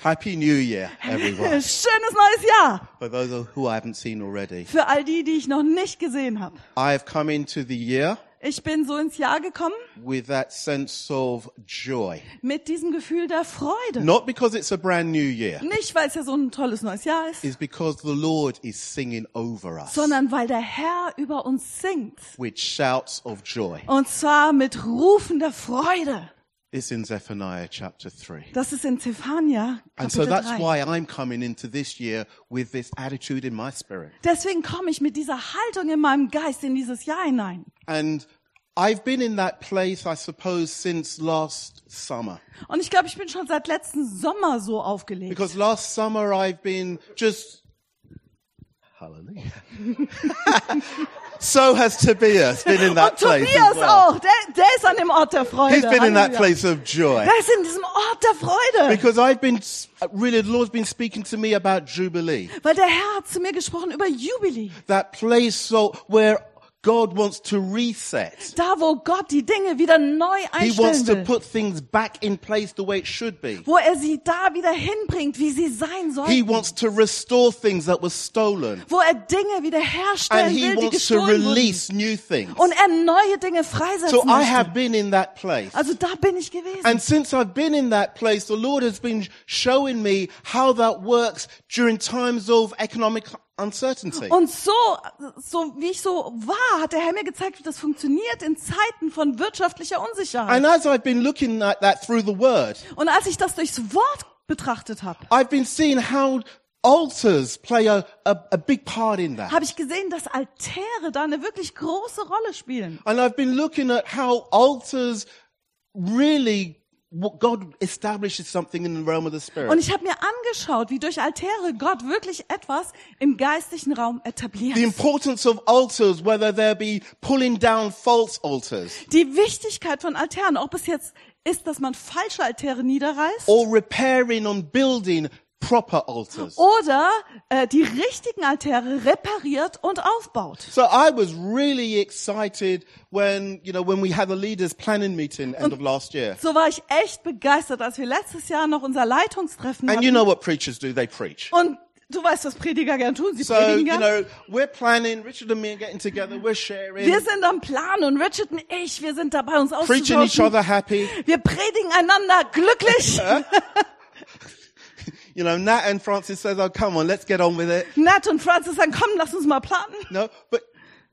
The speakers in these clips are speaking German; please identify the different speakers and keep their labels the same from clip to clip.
Speaker 1: Happy New Year, everyone.
Speaker 2: Schönes neues Jahr
Speaker 1: For those who I haven't seen already.
Speaker 2: für all die, die ich noch nicht gesehen habe.
Speaker 1: I have come into the year
Speaker 2: Ich bin so ins Jahr gekommen
Speaker 1: with that sense of joy.
Speaker 2: mit diesem Gefühl der Freude.
Speaker 1: Not because it's a brand new year.
Speaker 2: Nicht, weil es ja so ein tolles neues Jahr ist,
Speaker 1: It's because the Lord is singing over us
Speaker 2: sondern weil der Herr über uns singt.
Speaker 1: with shouts of joy.
Speaker 2: Und zwar mit rufender Freude.
Speaker 1: It's in Zephaniah chapter 3.
Speaker 2: Das ist in Zephania
Speaker 1: And so
Speaker 2: Kapitel
Speaker 1: that's
Speaker 2: 3.
Speaker 1: why I'm coming into this year with this attitude in my spirit.
Speaker 2: Deswegen komme ich mit dieser Haltung in meinem Geist in dieses Jahr hinein.
Speaker 1: And I've been in that place, I suppose, since last summer.
Speaker 2: Und ich glaube, ich bin schon seit letzten Sommer so aufgelegt.
Speaker 1: Because last summer I've been just. Hallelujah. so has Tobias been in that
Speaker 2: Und
Speaker 1: place. as
Speaker 2: Oh, Tobias oh.
Speaker 1: well.
Speaker 2: auch, der, der ist an dem Ort der Freude.
Speaker 1: He's been in that
Speaker 2: Halleluja.
Speaker 1: place of joy.
Speaker 2: Der ist in diesem Ort der Freude.
Speaker 1: Because I've been, really, the Lord's been speaking to me about Jubilee.
Speaker 2: Weil der Herr hat zu mir gesprochen über Jubilee.
Speaker 1: That place so, where God wants to reset.
Speaker 2: Da, wo Gott die Dinge wieder neu
Speaker 1: He wants
Speaker 2: einstellen
Speaker 1: to
Speaker 2: will.
Speaker 1: put things back in place the way it should be.
Speaker 2: Wo er sie da wieder hinbringt, wie sie sein
Speaker 1: He
Speaker 2: sollen.
Speaker 1: wants to restore things that were stolen.
Speaker 2: Wo er Dinge wieder
Speaker 1: And
Speaker 2: herstellen
Speaker 1: he
Speaker 2: will, die
Speaker 1: wants to
Speaker 2: gestohlen wurden.
Speaker 1: release new things.
Speaker 2: Und er neue Dinge freisetzen
Speaker 1: So I
Speaker 2: möchte.
Speaker 1: have been in that place.
Speaker 2: Also da bin ich gewesen.
Speaker 1: And since I've been in that place, the Lord has been showing me how that works during times of economic uncertainty.
Speaker 2: Und so, so wie ich so war, hat der Herr mir gezeigt, wie das funktioniert in Zeiten von wirtschaftlicher Unsicherheit.
Speaker 1: And as I've been looking at that through the word,
Speaker 2: Und als ich das durchs Wort betrachtet habe,
Speaker 1: I've been seeing how altars play a, a, a big part in that.
Speaker 2: habe ich gesehen, dass Altäre da eine wirklich große Rolle spielen.
Speaker 1: And I've been looking at how altars really, what God establishes something in the realm of the
Speaker 2: Und
Speaker 1: spirit.
Speaker 2: ich habe mir angeschaut, wie durch Altäre Gott wirklich etwas im geistlichen Raum etabliert.
Speaker 1: The importance of altars, whether there be pulling down false altars.
Speaker 2: Die Wichtigkeit von Altären, auch bis jetzt, ist, dass man falsche Altäre niederreißt
Speaker 1: or repairing and building proper altars.
Speaker 2: oder äh, die richtigen Altäre repariert und aufbaut.
Speaker 1: So I was really excited when, you know, when we had the leaders planning meeting end of last year.
Speaker 2: So war ich echt begeistert, als wir letztes Jahr noch unser Leitungstreffen
Speaker 1: And
Speaker 2: hatten.
Speaker 1: you know what preachers do, they preach.
Speaker 2: und du weißt, was Prediger gern tun, sie
Speaker 1: So,
Speaker 2: predigen
Speaker 1: you
Speaker 2: gern.
Speaker 1: know, we're planning, Richard and me are getting together, we're sharing,
Speaker 2: wir sind am Plan und Richard und ich, wir sind dabei, uns
Speaker 1: preaching each
Speaker 2: auszutauschen.
Speaker 1: other happy.
Speaker 2: Wir predigen einander glücklich.
Speaker 1: You know, Nat and Francis says, oh, come on, let's get on with it.
Speaker 2: Nat und Francis sagen, komm, lass uns mal planen.
Speaker 1: No, but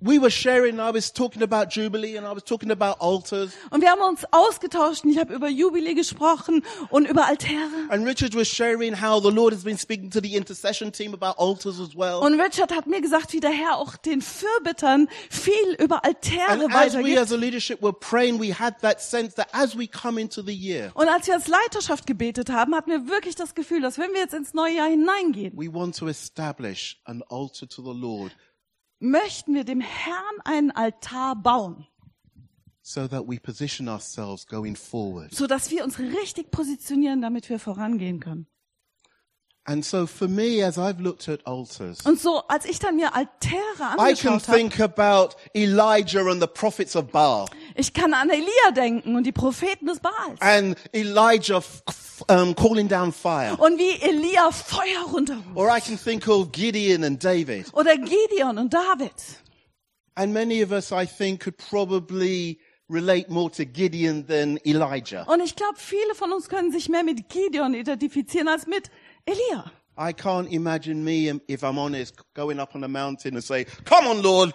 Speaker 1: we were sharing, I was talking about Jubilee and I was talking about altars
Speaker 2: Und wir haben uns ausgetauscht und ich habe über Jubilee gesprochen und über Altäre.
Speaker 1: and Richard was sharing how the Lord has been speaking to the intercession team about altars as well.
Speaker 2: Und Richard hat mir gesagt, wie der Herr auch den Fürbittern viel über Altäre
Speaker 1: And as we
Speaker 2: weitergibt.
Speaker 1: as a leadership were praying, we had that sense that as we come into the year,
Speaker 2: Und als wir als Leiterschaft gebetet haben, hatten wir wirklich das Gefühl, dass wenn wir jetzt ins neue Jahr hineingehen,
Speaker 1: we want to establish an altar to the Lord
Speaker 2: möchten wir dem Herrn einen Altar bauen,
Speaker 1: so that we position ourselves going forward.
Speaker 2: so dass wir uns richtig positionieren, damit wir vorangehen können.
Speaker 1: And so for me, as I've looked at altars,
Speaker 2: Und so, als ich dann mir Altäre
Speaker 1: I can
Speaker 2: angeschaut habe,
Speaker 1: think about Elijah and the prophets of Baal
Speaker 2: ich kann an Elia denken und die Propheten des Baals
Speaker 1: and Elijah f- f- um, calling down fire.
Speaker 2: und wie Elia Feuer runterruft
Speaker 1: Or I can think of Gideon and David.
Speaker 2: oder Gideon und David.
Speaker 1: And many of us, I think, could probably relate more to Gideon than Elijah.
Speaker 2: Und ich glaube, viele von uns können sich mehr mit Gideon identifizieren als mit Elia.
Speaker 1: I can't imagine me, um, if I'm honest, going up on a mountain and say, come on, Lord,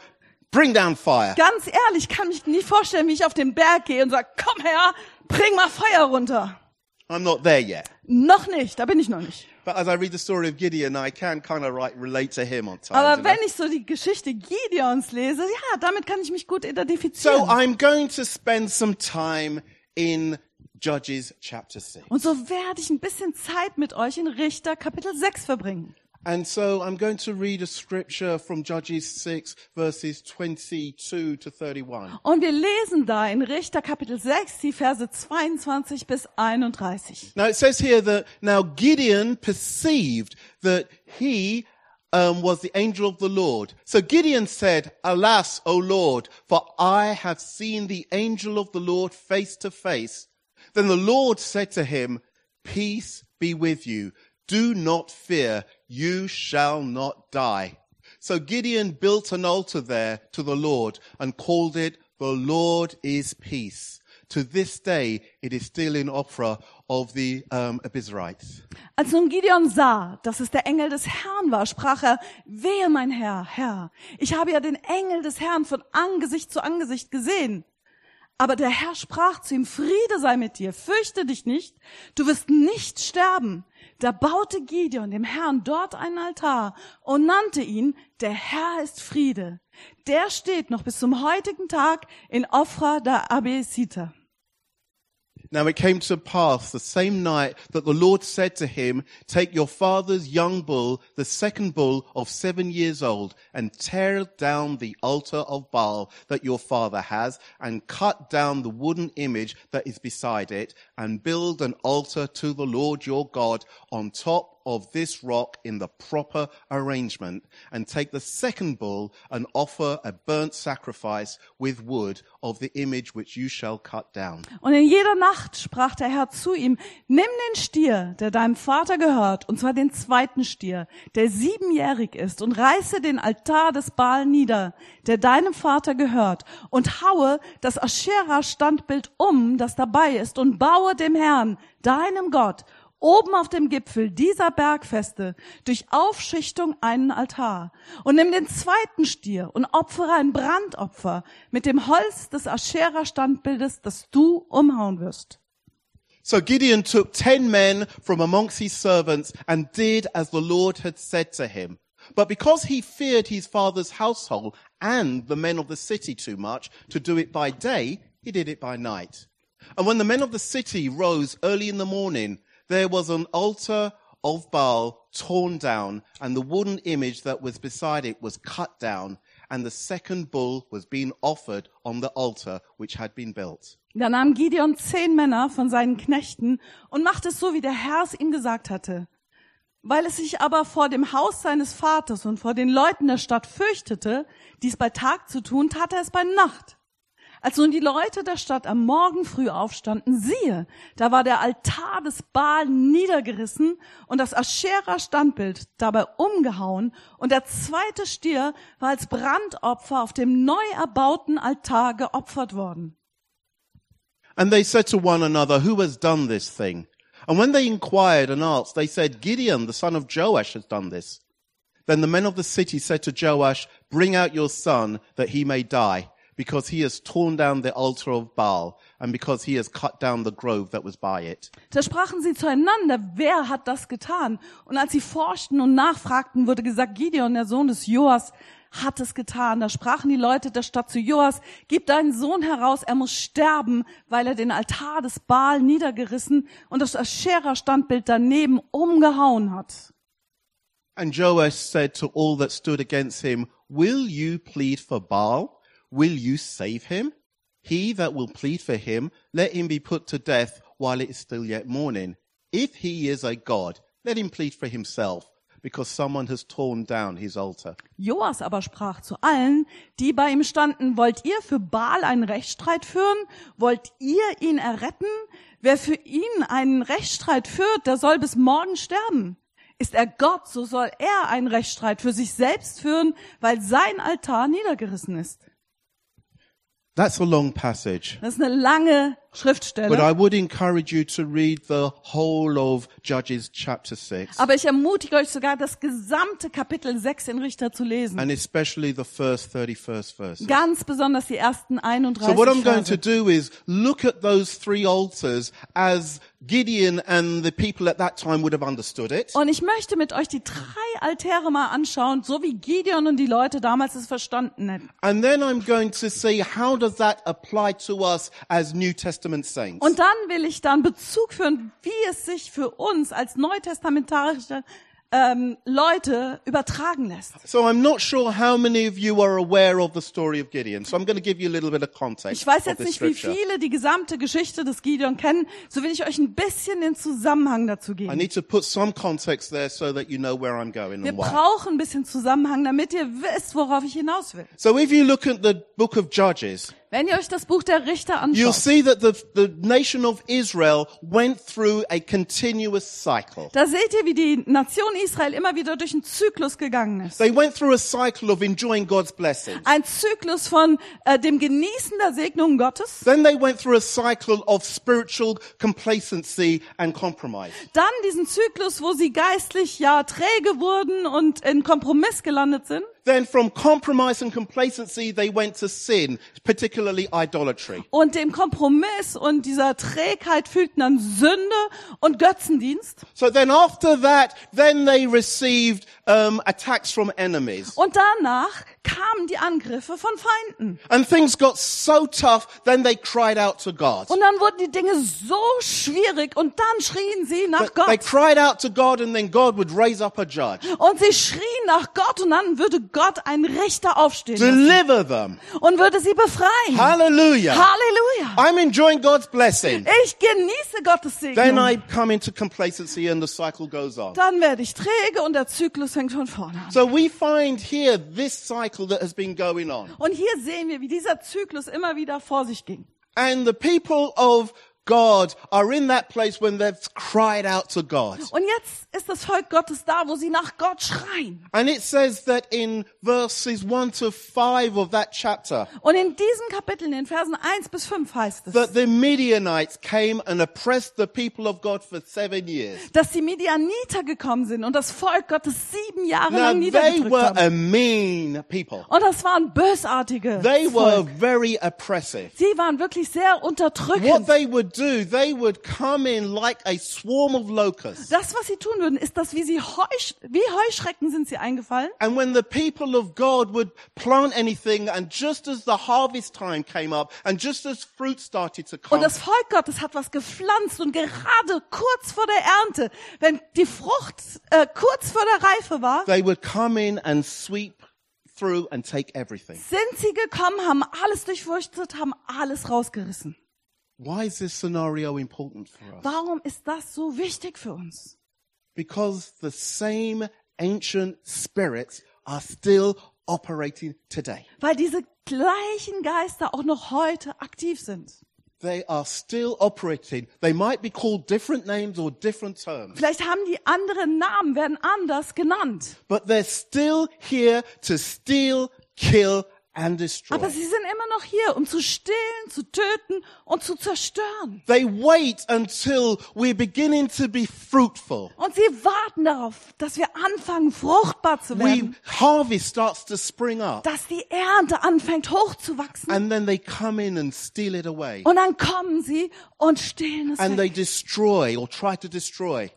Speaker 1: bring down fire.
Speaker 2: Ganz ehrlich, kann mich nicht vorstellen, wie ich auf den Berg gehe und sage, komm her, bring mal Feuer runter.
Speaker 1: I'm not there yet.
Speaker 2: Noch nicht, da bin ich noch nicht.
Speaker 1: But as I read the story of Gideon, I can kind of like relate to him on time.
Speaker 2: Aber wenn ich so die Geschichte Gideons lese, ja, damit kann ich mich gut identifizieren.
Speaker 1: So I'm going to spend some time in Judges chapter 6.
Speaker 2: und so werde ich ein bisschen Zeit mit euch in Richter Kapitel 6 verbringen.
Speaker 1: And so I'm going to read a scripture from Judges 6 verses 22 to 31.
Speaker 2: Und wir lesen da in Richter Kapitel 6 die Verse 22 bis 31.
Speaker 1: Now it says here that now Gideon perceived that he um, was the angel of the Lord. So Gideon said, Alas, O Lord, for I have seen the angel of the Lord face to face. Then the Lord said to him, peace be with you. Do not fear. You shall not die. So Gideon built an altar there to the Lord and called it the Lord is peace. To this day, it is still in Ophrah of the um, Abizrites.
Speaker 2: Als nun Gideon sah, dass es der Engel des Herrn war, sprach er, wehe mein Herr, Herr, ich habe ja den Engel des Herrn von Angesicht zu Angesicht gesehen. Aber der Herr sprach zu ihm, Friede sei mit dir, fürchte dich nicht, du wirst nicht sterben. Da baute Gideon dem Herrn dort einen Altar und nannte ihn, der Herr ist Friede. Der steht noch bis zum heutigen Tag in Ofra der Abesita.
Speaker 1: Now it came to pass the same night that the Lord said to him, Take your father's young bull, the second bull of seven years old, and tear down the altar of Baal that your father has, and cut down the wooden image that is beside it, and build an altar to the Lord your God on top of this rock in the proper arrangement, and take the second bull and offer a burnt sacrifice with wood of the image which you shall cut down.
Speaker 2: Und in jeder Nacht sprach der Herr zu ihm, nimm den Stier, der deinem Vater gehört, und zwar den zweiten Stier, der siebenjährig ist, und reiße den Altar des Baal nieder, der deinem Vater gehört, und haue das Aschera-Standbild um, das dabei ist, und baue dem Herrn, deinem Gott, oben auf dem Gipfel dieser Bergfeste durch Aufschichtung einen Altar und nimm den zweiten Stier und opfere ein Brandopfer mit dem Holz des Aschera-Standbildes, das du umhauen wirst.
Speaker 1: So Gideon took ten men from amongst his servants and did as the Lord had said to him. But because he feared his father's household and the men of the city too much to do it by day, he did it by night. And when the men of the city rose early in the morning, there was an altar of Baal torn down, and the wooden image that was beside it was cut down, and the second bull was being offered on the altar which had been built.
Speaker 2: Da nahm Gideon zehn Männer von seinen Knechten und machte es so, wie der Herr es ihm gesagt hatte. Weil es sich aber vor dem Haus seines Vaters und vor den Leuten der Stadt fürchtete, dies bei Tag zu tun, tat er es bei Nacht. Als nun die Leute der Stadt am Morgen früh aufstanden, siehe, da war der Altar des Baal niedergerissen und das Aschera-Standbild dabei umgehauen und der zweite Stier war als Brandopfer auf dem neu erbauten Altar geopfert worden.
Speaker 1: And they said to one another, Who has done this thing? And when they inquired and asked, they said, Gideon, the son of Joash, has done this. Then the men of the city said to Joash, Bring out your son, that he may die, because he has torn down the altar of Baal, and because he has cut down the grove that was by it.
Speaker 2: Da sprachen sie zueinander, wer hat das getan? Und als sie forschten und nachfragten, wurde gesagt, Gideon, der Sohn des Joas, hat es getan. Da sprachen die Leute der Stadt zu Joas, gib deinen Sohn heraus, er muss sterben, weil er den Altar des Baal niedergerissen und das Aschera-Standbild daneben umgehauen hat.
Speaker 1: And Joash said to all that stood against him, Will you plead for Baal? Will you save him? He that will plead for him, let him be put to death while it is still yet morning. If he is a god, let him plead for himself, because someone has torn down his altar.
Speaker 2: Joas aber sprach zu allen, die bei ihm standen, wollt ihr für Baal einen Rechtsstreit führen? Wollt ihr ihn erretten? Wer für ihn einen Rechtsstreit führt, der soll bis morgen sterben. Ist er Gott, so soll er einen Rechtsstreit für sich selbst führen, weil sein Altar niedergerissen ist.
Speaker 1: That's a long passage,
Speaker 2: Das ist eine lange
Speaker 1: but
Speaker 2: Schriftstelle.
Speaker 1: I would encourage you to read the whole of Judges chapter 6,
Speaker 2: Aber ich ermutige euch sogar, das gesamte Kapitel 6 in Richter zu lesen.
Speaker 1: and especially the first 31st verse.
Speaker 2: Ganz besonders die ersten
Speaker 1: So
Speaker 2: 31
Speaker 1: what I'm going to
Speaker 2: Verse.
Speaker 1: do is look at those three altars as Gideon and the people at that time would have understood it.
Speaker 2: Und ich möchte mit euch die drei Altäre mal anschauen, so wie Gideon und die Leute damals es verstanden hätten.
Speaker 1: And then I'm going to see how does that apply to us as New Testament saints.
Speaker 2: Und dann will ich dann Bezug führen, wie es sich für uns als neutestamentarische ähm, Leute übertragen lässt.
Speaker 1: So I'm not sure how many of you are aware of the story of Gideon. So I'm going to give you a little bit of context.
Speaker 2: Ich weiß
Speaker 1: of
Speaker 2: jetzt
Speaker 1: this
Speaker 2: nicht, wie
Speaker 1: scripture.
Speaker 2: viele die gesamte Geschichte des Gideon kennen, so will ich euch ein bisschen den Zusammenhang dazu
Speaker 1: I
Speaker 2: geben.
Speaker 1: need to put some context there so that you know where I'm going
Speaker 2: Wir
Speaker 1: and why.
Speaker 2: brauchen ein bisschen Zusammenhang, damit ihr wisst, worauf ich hinaus will.
Speaker 1: So if you look at the book of Judges,
Speaker 2: Wenn ihr euch das Buch der Richter
Speaker 1: You'll
Speaker 2: anschaut,
Speaker 1: see that the, the nation of Israel went through a continuous cycle.
Speaker 2: da seht ihr, wie die Nation Israel immer wieder durch einen Zyklus gegangen ist.
Speaker 1: They went through a cycle of enjoying God's blessing.
Speaker 2: Ein Zyklus von äh, dem Genießen der Segnungen Gottes,
Speaker 1: Then they went through a cycle of spiritual complacency and compromise.
Speaker 2: dann diesen Zyklus, wo sie geistlich ja träge wurden und in Kompromiss gelandet sind.
Speaker 1: Then from compromise and complacency, they went to sin, particularly idolatry.
Speaker 2: Und dem Kompromiss und dieser Trägheit fühlten dann Sünde und Götzendienst.
Speaker 1: So then after that, then they received um, attacks from enemies.
Speaker 2: Und danach kamen die Angriffe von Feinden.
Speaker 1: And things got so tough, then they cried out to God.
Speaker 2: Und dann wurden die Dinge so schwierig und dann schrien sie nach
Speaker 1: They
Speaker 2: Gott.
Speaker 1: cried out to God and then God would raise up a judge.
Speaker 2: Und sie schrien nach Gott und dann würde Gott einen Richter aufstehen lassen
Speaker 1: Deliver them.
Speaker 2: und würde sie befreien.
Speaker 1: Hallelujah.
Speaker 2: Halleluja.
Speaker 1: I'm enjoying God's blessing.
Speaker 2: Ich genieße Gottes
Speaker 1: Then
Speaker 2: Segen.
Speaker 1: I come into complacency and the cycle goes on.
Speaker 2: Dann werde ich träge und der Zyklus fängt von vorne an.
Speaker 1: So we find here this cycle that has been going on.
Speaker 2: Und hier sehen wir, wie dieser Zyklus immer wieder vor sich ging.
Speaker 1: And the people of God are in that place when they've cried out to God.
Speaker 2: Und jetzt ist das Volk Gottes da, wo sie nach Gott schreien.
Speaker 1: And it says that in verses 1 to 5 of that chapter,
Speaker 2: Und in diesem Kapitel, in den Versen 1 bis 5 heißt es,
Speaker 1: that the Midianites came and oppressed the people of God for seven years.
Speaker 2: dass die Medianiter gekommen sind und das Volk Gottes sieben Jahre
Speaker 1: Now, they
Speaker 2: lang niedergedrückt
Speaker 1: were
Speaker 2: haben.
Speaker 1: a mean people.
Speaker 2: Und das waren bösartige
Speaker 1: They were
Speaker 2: Volk.
Speaker 1: very oppressive.
Speaker 2: Sie waren wirklich sehr
Speaker 1: What
Speaker 2: unterdrückend.
Speaker 1: they would do, they would come in like a swarm of locusts.
Speaker 2: Das, was sie tun würden, ist, dass wie sie Heusch wie Heuschrecken sind sie eingefallen.
Speaker 1: And when the people of God would plant anything, and just as the harvest time came up, and just as fruit started to
Speaker 2: Und
Speaker 1: come,
Speaker 2: das Volk Gottes hat was gepflanzt und gerade kurz vor der Ernte, wenn die Frucht äh, kurz vor der Reife war,
Speaker 1: they would come in and sweep through and take everything.
Speaker 2: sind sie gekommen, haben alles durchwurstet, haben alles rausgerissen.
Speaker 1: Why is this scenario important for us?
Speaker 2: Warum ist das so wichtig für uns?
Speaker 1: Because the same ancient spirits are still operating today.
Speaker 2: Weil diese gleichen Geister auch noch heute aktiv sind.
Speaker 1: They are still operating. They might be called different names or different terms,
Speaker 2: Vielleicht haben die anderen Namen, werden anders genannt.
Speaker 1: but they're still here to steal, kill, and destroy.
Speaker 2: Aber sie sind immer noch hier, um zu stehlen, zu töten und zu zerstören.
Speaker 1: They wait until we're beginning to be fruitful.
Speaker 2: Und sie warten darauf, dass wir anfangen, fruchtbar zu
Speaker 1: We
Speaker 2: werden.
Speaker 1: harvest starts to spring up
Speaker 2: Dass die Ernte anfängt hochzuwachsen.
Speaker 1: and then they come in and steal it away.
Speaker 2: Und dann kommen sie und stehlen es
Speaker 1: And
Speaker 2: weg
Speaker 1: they destroy or try to destroy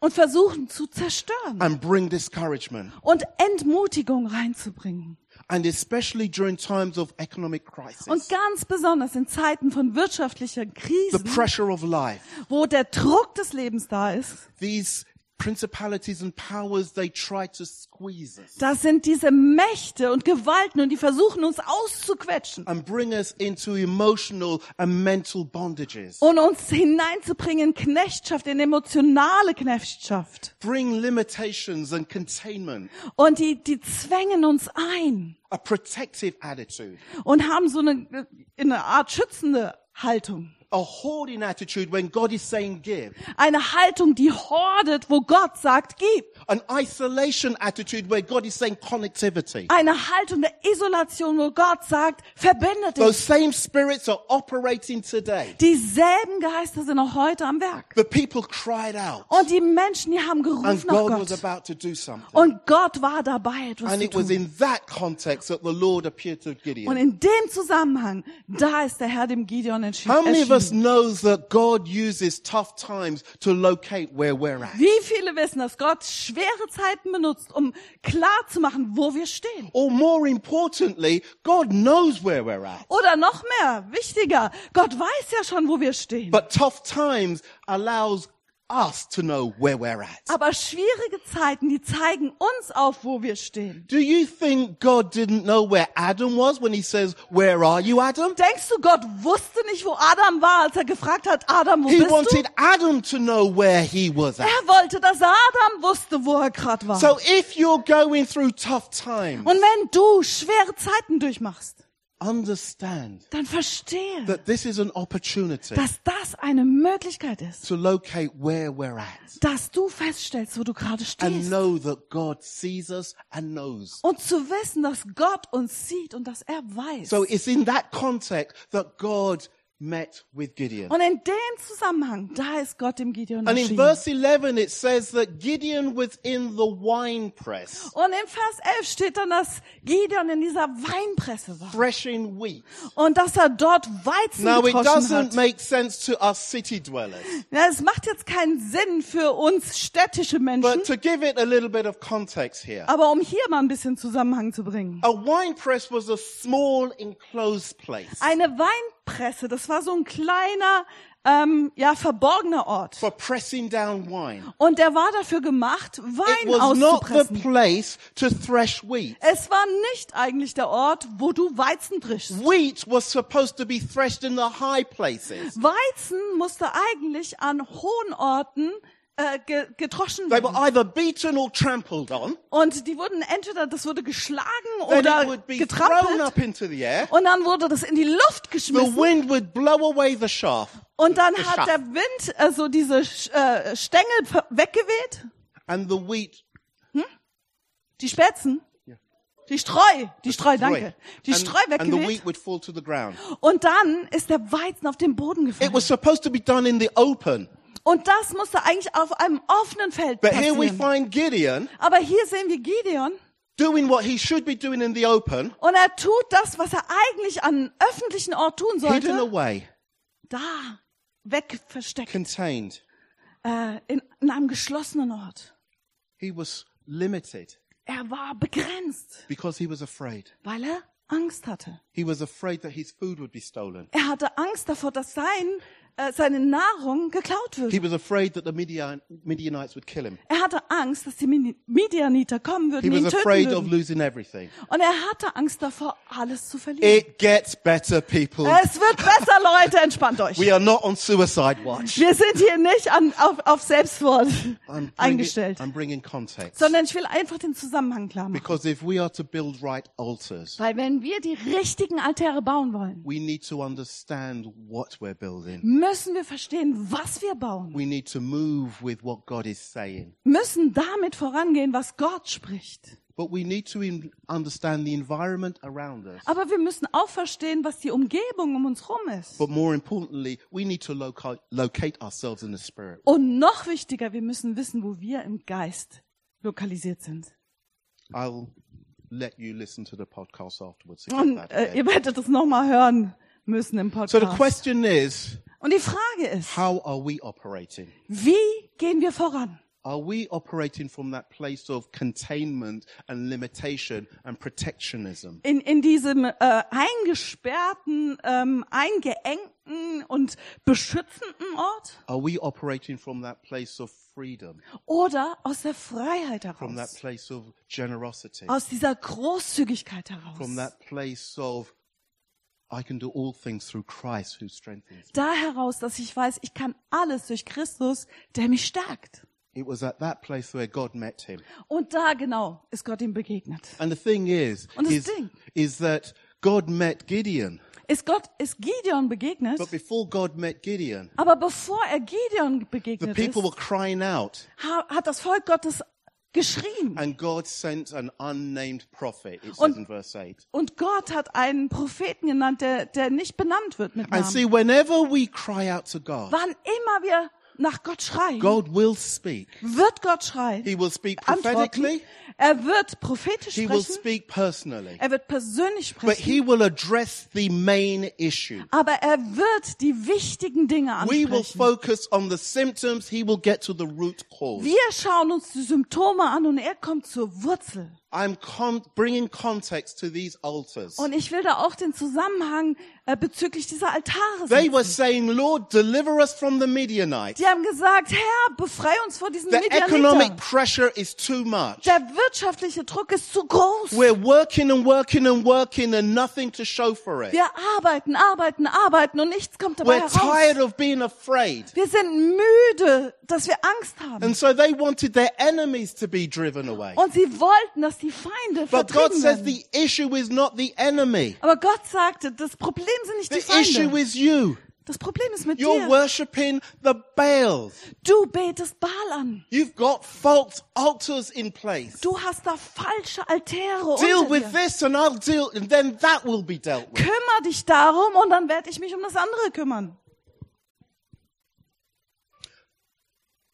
Speaker 2: und versuchen zu zerstören
Speaker 1: and bring discouragement.
Speaker 2: und Entmutigung reinzubringen.
Speaker 1: And especially during times of economic
Speaker 2: Und
Speaker 1: crisis,
Speaker 2: ganz besonders in Zeiten von wirtschaftlicher
Speaker 1: the
Speaker 2: Krisen,
Speaker 1: pressure of life,
Speaker 2: wo der Druck des Lebens da ist,
Speaker 1: these principalities and powers, they try to squeeze us
Speaker 2: das sind diese Mächte und Gewalten und die versuchen uns auszuquetschen
Speaker 1: and bring us into emotional and mental bondages,
Speaker 2: und uns hineinzubringen in Knechtschaft, in emotionale Knechtschaft.
Speaker 1: bring limitations and containment.
Speaker 2: Und die, die zwängen uns ein
Speaker 1: a protective attitude,
Speaker 2: und haben so eine, eine Art schützende Haltung.
Speaker 1: a hoarding attitude when God is saying give,
Speaker 2: Eine Haltung, die hordet, wo Gott sagt, gib.
Speaker 1: an isolation attitude where God is saying connectivity.
Speaker 2: Eine Haltung der Isolation, wo Gott sagt, verbindet
Speaker 1: Those
Speaker 2: dich.
Speaker 1: same spirits are operating today.
Speaker 2: Dieselben Geister sind auch heute am Werk.
Speaker 1: The people cried out
Speaker 2: Und die Menschen, die haben
Speaker 1: and
Speaker 2: gerufen nach
Speaker 1: God was
Speaker 2: Gott.
Speaker 1: about to do something.
Speaker 2: Und Gott war dabei, etwas
Speaker 1: And
Speaker 2: zu
Speaker 1: it was
Speaker 2: tun.
Speaker 1: in that context that the Lord appeared to
Speaker 2: Und
Speaker 1: Gideon.
Speaker 2: in dem Zusammenhang, da ist der Herr dem Gideon entschieden.
Speaker 1: How many of us knows that God uses tough times to locate where we're at?
Speaker 2: Wie viele wissen, dass Gott schwere Zeiten benutzt, um klar zu machen, wo wir stehen?
Speaker 1: Or more importantly, God knows where we're at.
Speaker 2: Oder noch mehr, wichtiger, Gott weiß ja schon, wo wir stehen.
Speaker 1: But tough times allows us to know where we're at.
Speaker 2: Aber schwierige Zeiten, die zeigen uns auf, wo wir stehen.
Speaker 1: Do you think God didn't know where Adam was when he says, where are you, Adam?
Speaker 2: Denkst du, Gott wusste nicht, wo Adam war, als er gefragt hat, Adam, wo
Speaker 1: He
Speaker 2: bist
Speaker 1: wanted
Speaker 2: du?
Speaker 1: Adam to know where he was at.
Speaker 2: Er wollte, dass Adam wusste, wo er gerade war.
Speaker 1: So if you're going through tough times,
Speaker 2: Und wenn du schwere Zeiten durchmachst,
Speaker 1: understand
Speaker 2: dann verstehe,
Speaker 1: that this is an opportunity
Speaker 2: dass das eine Möglichkeit ist,
Speaker 1: to locate where we're at
Speaker 2: dass du feststellst, wo du gerade
Speaker 1: and
Speaker 2: stehst.
Speaker 1: know that God sees us and knows.
Speaker 2: Und zu wissen, dass Gott uns sieht und dass er weiß.
Speaker 1: So it's in that context that God met with Gideon.
Speaker 2: Und in dem Zusammenhang, da ist Gott dem Gideon
Speaker 1: And in
Speaker 2: erschienen.
Speaker 1: verse 11 it says that Gideon was in the wine press
Speaker 2: Und im Vers 11 steht dann, dass Gideon in dieser Weinpresse war
Speaker 1: threshing wheat.
Speaker 2: und dass er dort Weizen
Speaker 1: Now it
Speaker 2: getroschen
Speaker 1: doesn't
Speaker 2: hat.
Speaker 1: make sense to us city dwellers,
Speaker 2: Ja, es macht jetzt keinen Sinn für uns städtische Menschen,
Speaker 1: but to give it a little bit of context here.
Speaker 2: aber um hier mal ein bisschen Zusammenhang zu bringen.
Speaker 1: A wine press was a small enclosed place
Speaker 2: Eine Weinpresse, das war so ein kleiner, ähm, ja, verborgener Ort.
Speaker 1: for pressing down wine.
Speaker 2: Und der war dafür gemacht,
Speaker 1: It
Speaker 2: Wein
Speaker 1: was not the
Speaker 2: auszupressen.
Speaker 1: place to thresh wheat.
Speaker 2: Es war nicht eigentlich der Ort, wo du Weizen brichst.
Speaker 1: Wheat was supposed to be threshed in the high places.
Speaker 2: Weizen musste eigentlich an hohen Orten äh, ge getroschen
Speaker 1: They were
Speaker 2: werden.
Speaker 1: either beaten or trampled on.
Speaker 2: Und die wurden entweder, das wurde geschlagen
Speaker 1: Then it
Speaker 2: oder
Speaker 1: would be thrown
Speaker 2: getrampelt.
Speaker 1: up into the air.
Speaker 2: Und dann wurde das in die Luft
Speaker 1: The
Speaker 2: geschmissen.
Speaker 1: wind would blow away the shaft,
Speaker 2: Und dann
Speaker 1: the
Speaker 2: hat
Speaker 1: shaft.
Speaker 2: der Wind äh, so diese Sch- äh, Stängel ver- weggeweht.
Speaker 1: and the wheat
Speaker 2: Die Spätzen. Die Streu. Die Streu, Oh, danke.
Speaker 1: Right.
Speaker 2: Die
Speaker 1: and,
Speaker 2: Streu
Speaker 1: and the
Speaker 2: weggeweht.
Speaker 1: wheat would fall to the ground.
Speaker 2: Und dann ist der Weizen auf den Boden
Speaker 1: It
Speaker 2: gefallen.
Speaker 1: was supposed to be done in the open.
Speaker 2: Und das musste eigentlich auf einem offenen Feld
Speaker 1: But here we
Speaker 2: passieren.
Speaker 1: find Gideon
Speaker 2: Aber hier sehen wir Gideon
Speaker 1: doing what he should be doing in the open,
Speaker 2: und er tut das, was er eigentlich an einem öffentlichen Ort tun
Speaker 1: hidden
Speaker 2: sollte,
Speaker 1: away,
Speaker 2: da weg versteckt,
Speaker 1: contained.
Speaker 2: äh, in, in einem geschlossenen Ort.
Speaker 1: He was limited
Speaker 2: Er war begrenzt,
Speaker 1: because he was afraid.
Speaker 2: weil er Angst hatte.
Speaker 1: He was afraid that his food would be stolen.
Speaker 2: Er hatte Angst davor, dass sein, äh, seine Nahrung geklaut
Speaker 1: He
Speaker 2: wird.
Speaker 1: was afraid that the Midian, Midianites would kill him.
Speaker 2: Er hatte Angst, dass die Mini- Midianiter kommen
Speaker 1: He
Speaker 2: würden,
Speaker 1: was
Speaker 2: ihn
Speaker 1: afraid
Speaker 2: töten
Speaker 1: of
Speaker 2: würden.
Speaker 1: losing everything.
Speaker 2: Und er hatte Angst davor, alles zu verlieren.
Speaker 1: It gets better, people.
Speaker 2: Es wird besser, Leute, entspannt euch.
Speaker 1: We are not on suicide watch.
Speaker 2: Wir sind hier nicht an, auf, auf Selbstwort
Speaker 1: I'm bringing,
Speaker 2: eingestellt,
Speaker 1: I'm bringing context.
Speaker 2: sondern ich will einfach den Zusammenhang klar machen.
Speaker 1: Because if we are to build right altars,
Speaker 2: Weil wenn wir die richtigen Altäre bauen wollen,
Speaker 1: we need to understand what we're building.
Speaker 2: müssen wir verstehen, was wir bauen,
Speaker 1: We need to move with what God is saying.
Speaker 2: müssen damit vorangehen, was Gott spricht.
Speaker 1: But we need to in- understand the environment around us.
Speaker 2: Aber wir müssen auch verstehen, was die Umgebung um uns rum ist.
Speaker 1: But more importantly, we need to loca- locate ourselves in the Spirit.
Speaker 2: Und noch wichtiger, wir müssen wissen, wo wir im Geist lokalisiert sind.
Speaker 1: I'll let you listen to the podcast afterwards. to get
Speaker 2: Und
Speaker 1: that
Speaker 2: äh,
Speaker 1: again.
Speaker 2: ihr werdet das nochmal hören müssen im
Speaker 1: So the
Speaker 2: Podcast.
Speaker 1: question is,
Speaker 2: Und die Frage ist,
Speaker 1: how are we operating?
Speaker 2: wie gehen wir voran?
Speaker 1: Are we operating from that place of containment and limitation and protectionism?
Speaker 2: in, in diesem äh, eingesperrten, ähm, eingeengten und beschützenden Ort
Speaker 1: Are we operating from that place of freedom,
Speaker 2: oder aus der Freiheit
Speaker 1: from that
Speaker 2: heraus,
Speaker 1: place of generosity,
Speaker 2: aus dieser Großzügigkeit
Speaker 1: from
Speaker 2: heraus,
Speaker 1: that place of I can do all things through Christ who strengthens me?
Speaker 2: da heraus, dass ich weiß, ich kann alles durch Christus, der mich stärkt.
Speaker 1: It was at that place where God met him.
Speaker 2: Und da genau ist Gott ihm begegnet.
Speaker 1: And the thing is,
Speaker 2: Und das
Speaker 1: is,
Speaker 2: Ding-
Speaker 1: is that God met Gideon.
Speaker 2: Ist Gott, ist Gideon begegnet,
Speaker 1: But before God met Gideon,
Speaker 2: aber bevor er Gideon
Speaker 1: the
Speaker 2: begegnet ist,
Speaker 1: people were crying out,
Speaker 2: ha- hat das Volk Gottes geschrien.
Speaker 1: and God sent an unnamed prophet, it says
Speaker 2: Und-
Speaker 1: in verse 8.
Speaker 2: Und Gott hat einen Propheten genannt, der, der nicht benannt wird mit
Speaker 1: And
Speaker 2: Namen.
Speaker 1: see, whenever we cry out to God,
Speaker 2: Wann immer wir nach Gott schreien,
Speaker 1: God will speak.
Speaker 2: wird Gott schreien.
Speaker 1: He will speak
Speaker 2: antworten.
Speaker 1: prophetically,
Speaker 2: Er wird prophetisch
Speaker 1: He will
Speaker 2: sprechen.
Speaker 1: speak personally,
Speaker 2: Er wird persönlich
Speaker 1: but
Speaker 2: sprechen.
Speaker 1: He will address the main issue.
Speaker 2: Aber er wird die wichtigen Dinge
Speaker 1: We will
Speaker 2: ansprechen.
Speaker 1: focus on the symptoms, He will get to the root cause.
Speaker 2: Wir schauen uns die Symptome an und er kommt zur Wurzel.
Speaker 1: I'm con- bringing context to these altars.
Speaker 2: Und ich will da auch den Zusammenhang äh, bezüglich dieser Altare
Speaker 1: They
Speaker 2: sehen.
Speaker 1: were saying, Lord, deliver us from the Midianites.
Speaker 2: Die haben gesagt, Herr, befrei uns vor diesen
Speaker 1: The economic
Speaker 2: Medianiter.
Speaker 1: pressure is too much.
Speaker 2: Der wirtschaftliche Druck ist zu groß.
Speaker 1: We're working and working and working and nothing to show for it.
Speaker 2: Wir arbeiten, arbeiten, arbeiten und nichts kommt dabei
Speaker 1: We're
Speaker 2: heraus.
Speaker 1: tired of being afraid.
Speaker 2: Wir sind müde, dass wir Angst haben.
Speaker 1: And so they wanted their enemies to be driven away.
Speaker 2: Und sie wollten, dass die Feinde
Speaker 1: But God
Speaker 2: vertrieben
Speaker 1: says
Speaker 2: werden.
Speaker 1: the issue is not the enemy.
Speaker 2: Aber Gott sagte, das Problem sind nicht die
Speaker 1: The issue
Speaker 2: Feinde.
Speaker 1: is you.
Speaker 2: Das Problem ist mit
Speaker 1: You're
Speaker 2: dir.
Speaker 1: worshipping the Baals.
Speaker 2: Du betest Baal an.
Speaker 1: You've got false altars in place.
Speaker 2: Du hast da falsche Altäre
Speaker 1: Deal
Speaker 2: unter
Speaker 1: with
Speaker 2: dir.
Speaker 1: this and I'll deal, and then that will be dealt with.
Speaker 2: Kümmer dich darum und dann werde ich mich um das andere kümmern.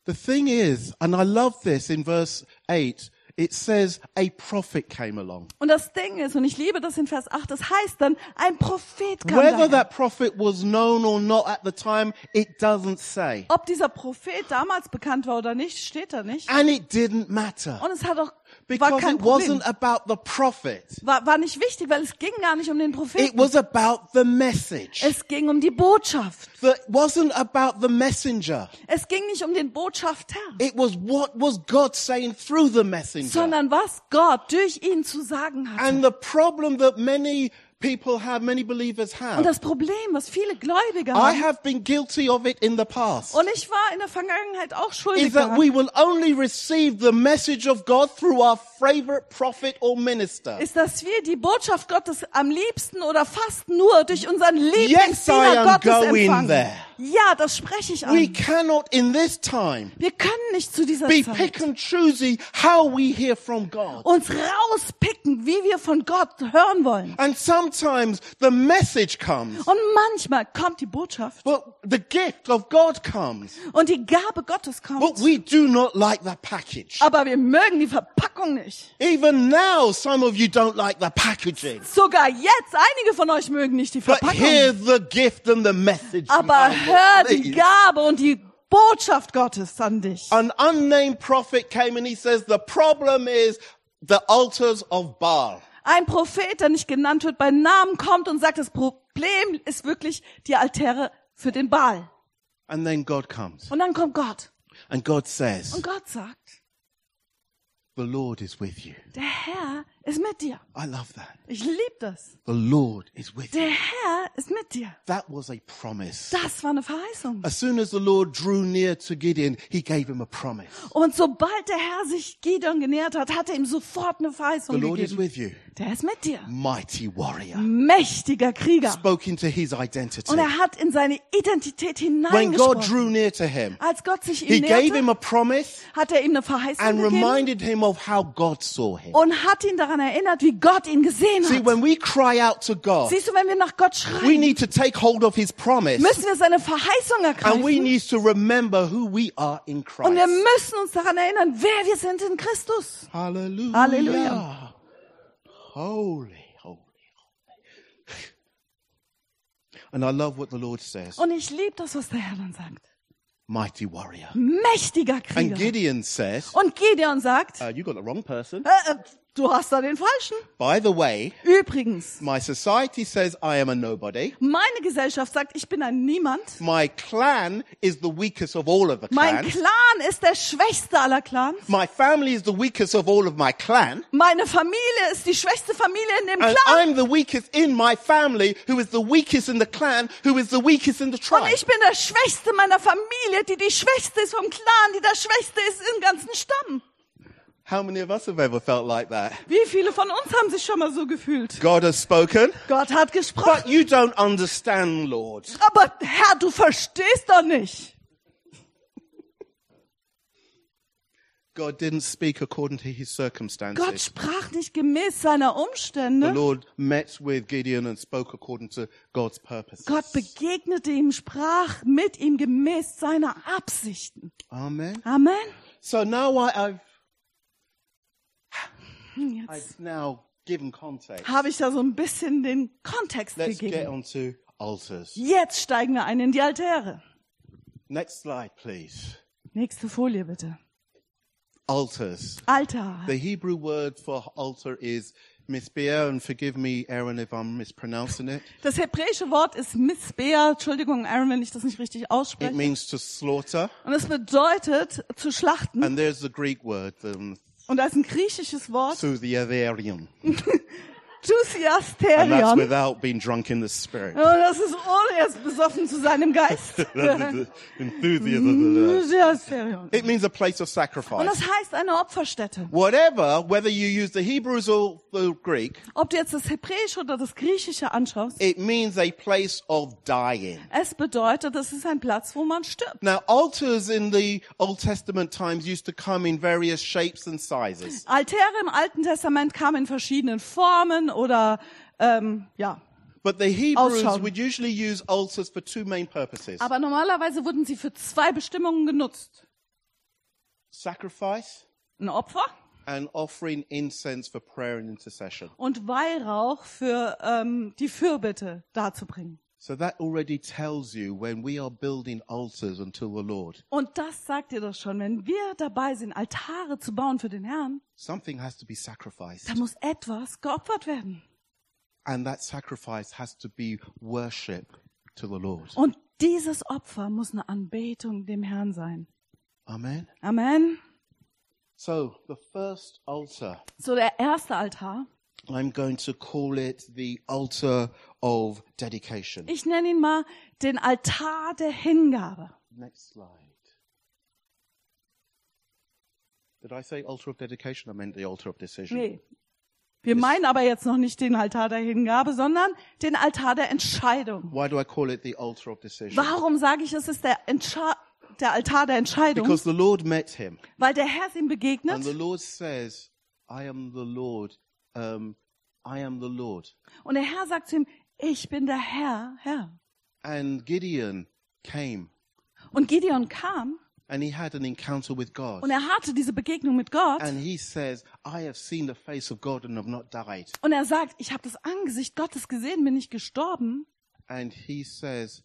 Speaker 1: The thing is, and I love this in verse 8, it says a prophet came along.
Speaker 2: Und das Ding ist, und ich liebe das in Vers 8, das heißt dann, ein Prophet kam
Speaker 1: Whether
Speaker 2: daher.
Speaker 1: that prophet was known or not at the time, it doesn't say.
Speaker 2: Ob dieser Prophet damals bekannt war oder nicht, steht da nicht.
Speaker 1: And it didn't matter.
Speaker 2: Und es hat auch, war
Speaker 1: Because
Speaker 2: kein
Speaker 1: it
Speaker 2: Problem.
Speaker 1: wasn't about the prophet.
Speaker 2: War, war nicht wichtig, weil es ging gar nicht um den
Speaker 1: It
Speaker 2: Propheten.
Speaker 1: was about the message.
Speaker 2: Es ging um die Botschaft.
Speaker 1: That wasn't about the messenger.
Speaker 2: Es ging nicht um den Botschafter,
Speaker 1: It was what was God saying through the messenger.
Speaker 2: sondern was Gott durch ihn zu sagen hat.
Speaker 1: And the problem that many people have, many believers
Speaker 2: Und
Speaker 1: have,
Speaker 2: das Problem, was viele Gläubige
Speaker 1: I
Speaker 2: haben,
Speaker 1: have been guilty of it in the past.
Speaker 2: und ich war in der Vergangenheit auch schuldig
Speaker 1: is that we
Speaker 2: daran,
Speaker 1: will only receive the message of God through our favorite prophet or minister.
Speaker 2: ist, dass wir die Botschaft Gottes am liebsten oder fast nur durch unseren
Speaker 1: Yes, I am
Speaker 2: Lieblingsdiener Gottes
Speaker 1: going
Speaker 2: empfangen.
Speaker 1: there.
Speaker 2: Ja, das spreche ich
Speaker 1: We
Speaker 2: an.
Speaker 1: cannot in this time
Speaker 2: Wir können nicht zu dieser
Speaker 1: be
Speaker 2: Zeit
Speaker 1: pick and choosy how we hear from God.
Speaker 2: uns rauspicken, wie wir von Gott hören wollen.
Speaker 1: And sometimes the message comes,
Speaker 2: Und manchmal kommt die Botschaft
Speaker 1: but the gift of God comes,
Speaker 2: und die Gabe Gottes
Speaker 1: but
Speaker 2: kommt,
Speaker 1: we do not like the package.
Speaker 2: aber wir mögen die Verpackung nicht.
Speaker 1: Even now, some of you don't like the packaging,
Speaker 2: Sogar jetzt, einige von euch mögen nicht die
Speaker 1: but hear
Speaker 2: Verpackung,
Speaker 1: the gift and the message. from
Speaker 2: aber
Speaker 1: our
Speaker 2: hör
Speaker 1: Lord,
Speaker 2: die
Speaker 1: please.
Speaker 2: Gabe und die Botschaft Gottes an dich.
Speaker 1: an unnamed prophet came and he says, the problem is the altars of Baal.
Speaker 2: Ein Prophet, der nicht genannt wird, bei Namen kommt und sagt, das Problem ist wirklich die Altäre für den Baal.
Speaker 1: And then God comes
Speaker 2: Und dann kommt Gott.
Speaker 1: and God
Speaker 2: Und
Speaker 1: says,
Speaker 2: Gott sagt,
Speaker 1: the Lord is with you.
Speaker 2: der Herr ist mit dir.
Speaker 1: I love that.
Speaker 2: Ich liebe das.
Speaker 1: The Lord is with you.
Speaker 2: Der Herr ist mit dir.
Speaker 1: That was a promise.
Speaker 2: Das war eine Verheißung.
Speaker 1: As soon as the Lord drew near to Gideon, he gave him a promise.
Speaker 2: Und sobald der Herr sich Gideon genähert hat, hat er ihm sofort eine
Speaker 1: The
Speaker 2: Verheißung
Speaker 1: Lord is
Speaker 2: gegeben.
Speaker 1: with you.
Speaker 2: Der ist mit dir.
Speaker 1: Mighty warrior.
Speaker 2: Mächtiger Krieger.
Speaker 1: Spoke into his
Speaker 2: Und
Speaker 1: identity.
Speaker 2: er hat in seine Identität
Speaker 1: When God
Speaker 2: hineingesprochen.
Speaker 1: drew near to him,
Speaker 2: Als Gott sich
Speaker 1: he
Speaker 2: ihm
Speaker 1: gave him
Speaker 2: näherte,
Speaker 1: a promise
Speaker 2: hat er ihm eine Verheißung
Speaker 1: and
Speaker 2: gegeben
Speaker 1: reminded him of how God saw him.
Speaker 2: und hat ihn daran erinnert, wie Gott ihn gesehen
Speaker 1: See,
Speaker 2: hat.
Speaker 1: when we cry out to God,
Speaker 2: Siehst du, wenn wir nach Gott
Speaker 1: We
Speaker 2: schreien,
Speaker 1: need to take hold of his promise
Speaker 2: müssen wir seine Verheißung
Speaker 1: and we
Speaker 2: ergreifen.
Speaker 1: need to remember who we are in
Speaker 2: Und wir
Speaker 1: Christ.
Speaker 2: müssen uns daran erinnern, wer wir sind in Christus.
Speaker 1: Hallelujah.
Speaker 2: Hallelujah.
Speaker 1: Holy, holy, holy. And I love what the Lord says.
Speaker 2: Und ich liebe das, was der Herr dann sagt.
Speaker 1: Mighty warrior. Oh.
Speaker 2: Mächtiger
Speaker 1: And
Speaker 2: Krieger.
Speaker 1: Gideon says,
Speaker 2: Und Gideon sagt,
Speaker 1: uh, you got the wrong person.
Speaker 2: Äh, äh, du hast da den falschen.
Speaker 1: By the way,
Speaker 2: Übrigens,
Speaker 1: my society says I am a nobody.
Speaker 2: meine Gesellschaft sagt, ich bin ein Niemand.
Speaker 1: My clan is the weakest of all of the
Speaker 2: Mein
Speaker 1: clans.
Speaker 2: Clan ist der schwächste aller Clans.
Speaker 1: My family is the weakest of all of my clan.
Speaker 2: Meine Familie ist die schwächste Familie in dem
Speaker 1: And
Speaker 2: Clan.
Speaker 1: I'm the weakest in my family, who is the weakest in the clan, who is the weakest in the
Speaker 2: Und
Speaker 1: tribe.
Speaker 2: ich bin der Schwächste meiner Familie, die die Schwächste ist vom Clan, die der Schwächste ist im ganzen Stamm.
Speaker 1: How many of us have ever felt like that?
Speaker 2: Wie viele von uns haben sich schon mal so gefühlt?
Speaker 1: God has spoken,
Speaker 2: Gott hat gesprochen.
Speaker 1: but you don't understand, Lord.
Speaker 2: Aber Herr, du verstehst doch nicht.
Speaker 1: God didn't speak according to his
Speaker 2: Gott
Speaker 1: circumstances.
Speaker 2: sprach nicht gemäß seiner
Speaker 1: The
Speaker 2: Umstände.
Speaker 1: Lord met with Gideon and spoke according to God's purpose.
Speaker 2: Gott begegnete ihm, sprach mit ihm gemäß seiner Absichten.
Speaker 1: Amen.
Speaker 2: Amen.
Speaker 1: So now I, I've,
Speaker 2: Hm, Jetzt
Speaker 1: I've now given context.
Speaker 2: habe ich da so ein bisschen den Kontext
Speaker 1: Let's get
Speaker 2: gegeben.
Speaker 1: on to altars.
Speaker 2: Jetzt steigen wir ein in die Altäre.
Speaker 1: Next slide, please.
Speaker 2: Nächste Folie bitte.
Speaker 1: Altars.
Speaker 2: Altar.
Speaker 1: The Hebrew word for altar is misbeer, and forgive me, Aaron, if I'm mispronouncing it.
Speaker 2: Das hebräische Wort ist Misbea. Entschuldigung, Aaron, wenn ich das nicht richtig
Speaker 1: It
Speaker 2: ausspreche.
Speaker 1: means to slaughter,
Speaker 2: Und es bedeutet zu schlachten.
Speaker 1: and there's the Greek word, um,
Speaker 2: Und da ist ein griechisches Wort.
Speaker 1: to the Avarian. And that's
Speaker 2: Enthusiasterion.
Speaker 1: without being drunk in the spirit.
Speaker 2: Und Oh, das ist ohne erst besoffen zu sein im Geist.
Speaker 1: Enthusiasm.
Speaker 2: Enthusiasterion.
Speaker 1: It means a place of
Speaker 2: Und
Speaker 1: sacrifice.
Speaker 2: das heißt eine Opferstätte.
Speaker 1: Whatever, whether you use the Hebrews or the Greek,
Speaker 2: Ob du jetzt das Hebräische oder das Griechische anschaust,
Speaker 1: it means a place of dying.
Speaker 2: es bedeutet, es ist ein Platz, wo man stirbt.
Speaker 1: Now, altars in the Old Testament times used to come in various shapes and sizes.
Speaker 2: Altäre im Alten Testament kamen in verschiedenen Formen oder ähm, ja.
Speaker 1: But the Hebrews
Speaker 2: Ausschauen.
Speaker 1: would usually use altars for two main purposes.
Speaker 2: Aber normalerweise wurden sie für zwei Bestimmungen genutzt.
Speaker 1: Sacrifice
Speaker 2: Ein Opfer
Speaker 1: and offering incense for prayer and intercession.
Speaker 2: und Weihrauch für ähm, die Fürbitte darzubringen.
Speaker 1: So that already tells you when we are building altars until the Lord,
Speaker 2: Und das sagt ihr doch schon, wenn wir dabei sind, Altare zu bauen für den Herrn,
Speaker 1: something has to be sacrificed.
Speaker 2: da muss etwas geopfert werden.
Speaker 1: And that sacrifice has to be worship to the Lord.
Speaker 2: Und dieses Opfer muss eine Anbetung dem Herrn sein.
Speaker 1: Amen.
Speaker 2: Amen.
Speaker 1: So the first altar,
Speaker 2: So der erste Altar.
Speaker 1: I'm going to call it the altar of dedication.
Speaker 2: Ich nenne ihn mal den Altar der Hingabe.
Speaker 1: Next slide. Did I say altar of dedication? I meant the altar of decision.
Speaker 2: Nee. Wir meinen aber jetzt noch nicht den Altar der Hingabe, sondern den Altar der Entscheidung.
Speaker 1: Why do I call it the altar of decision?
Speaker 2: Warum sage ich, es ist der, Entscha der Altar der Entscheidung?
Speaker 1: Because the Lord met him,
Speaker 2: Weil der Herr ihm
Speaker 1: and the
Speaker 2: begegnet
Speaker 1: Lord says, "I am the Lord. Um, I am the Lord."
Speaker 2: und der Herr sagt zu ihm, ich bin der Herr, Herr.
Speaker 1: And Gideon came,
Speaker 2: Und Gideon kam
Speaker 1: and he had an encounter with God,
Speaker 2: und er hatte diese Begegnung mit Gott
Speaker 1: and he says, "I have seen the face of God and have not died."
Speaker 2: und er sagt, ich habe das Angesicht Gottes gesehen, bin nicht gestorben.
Speaker 1: And he says,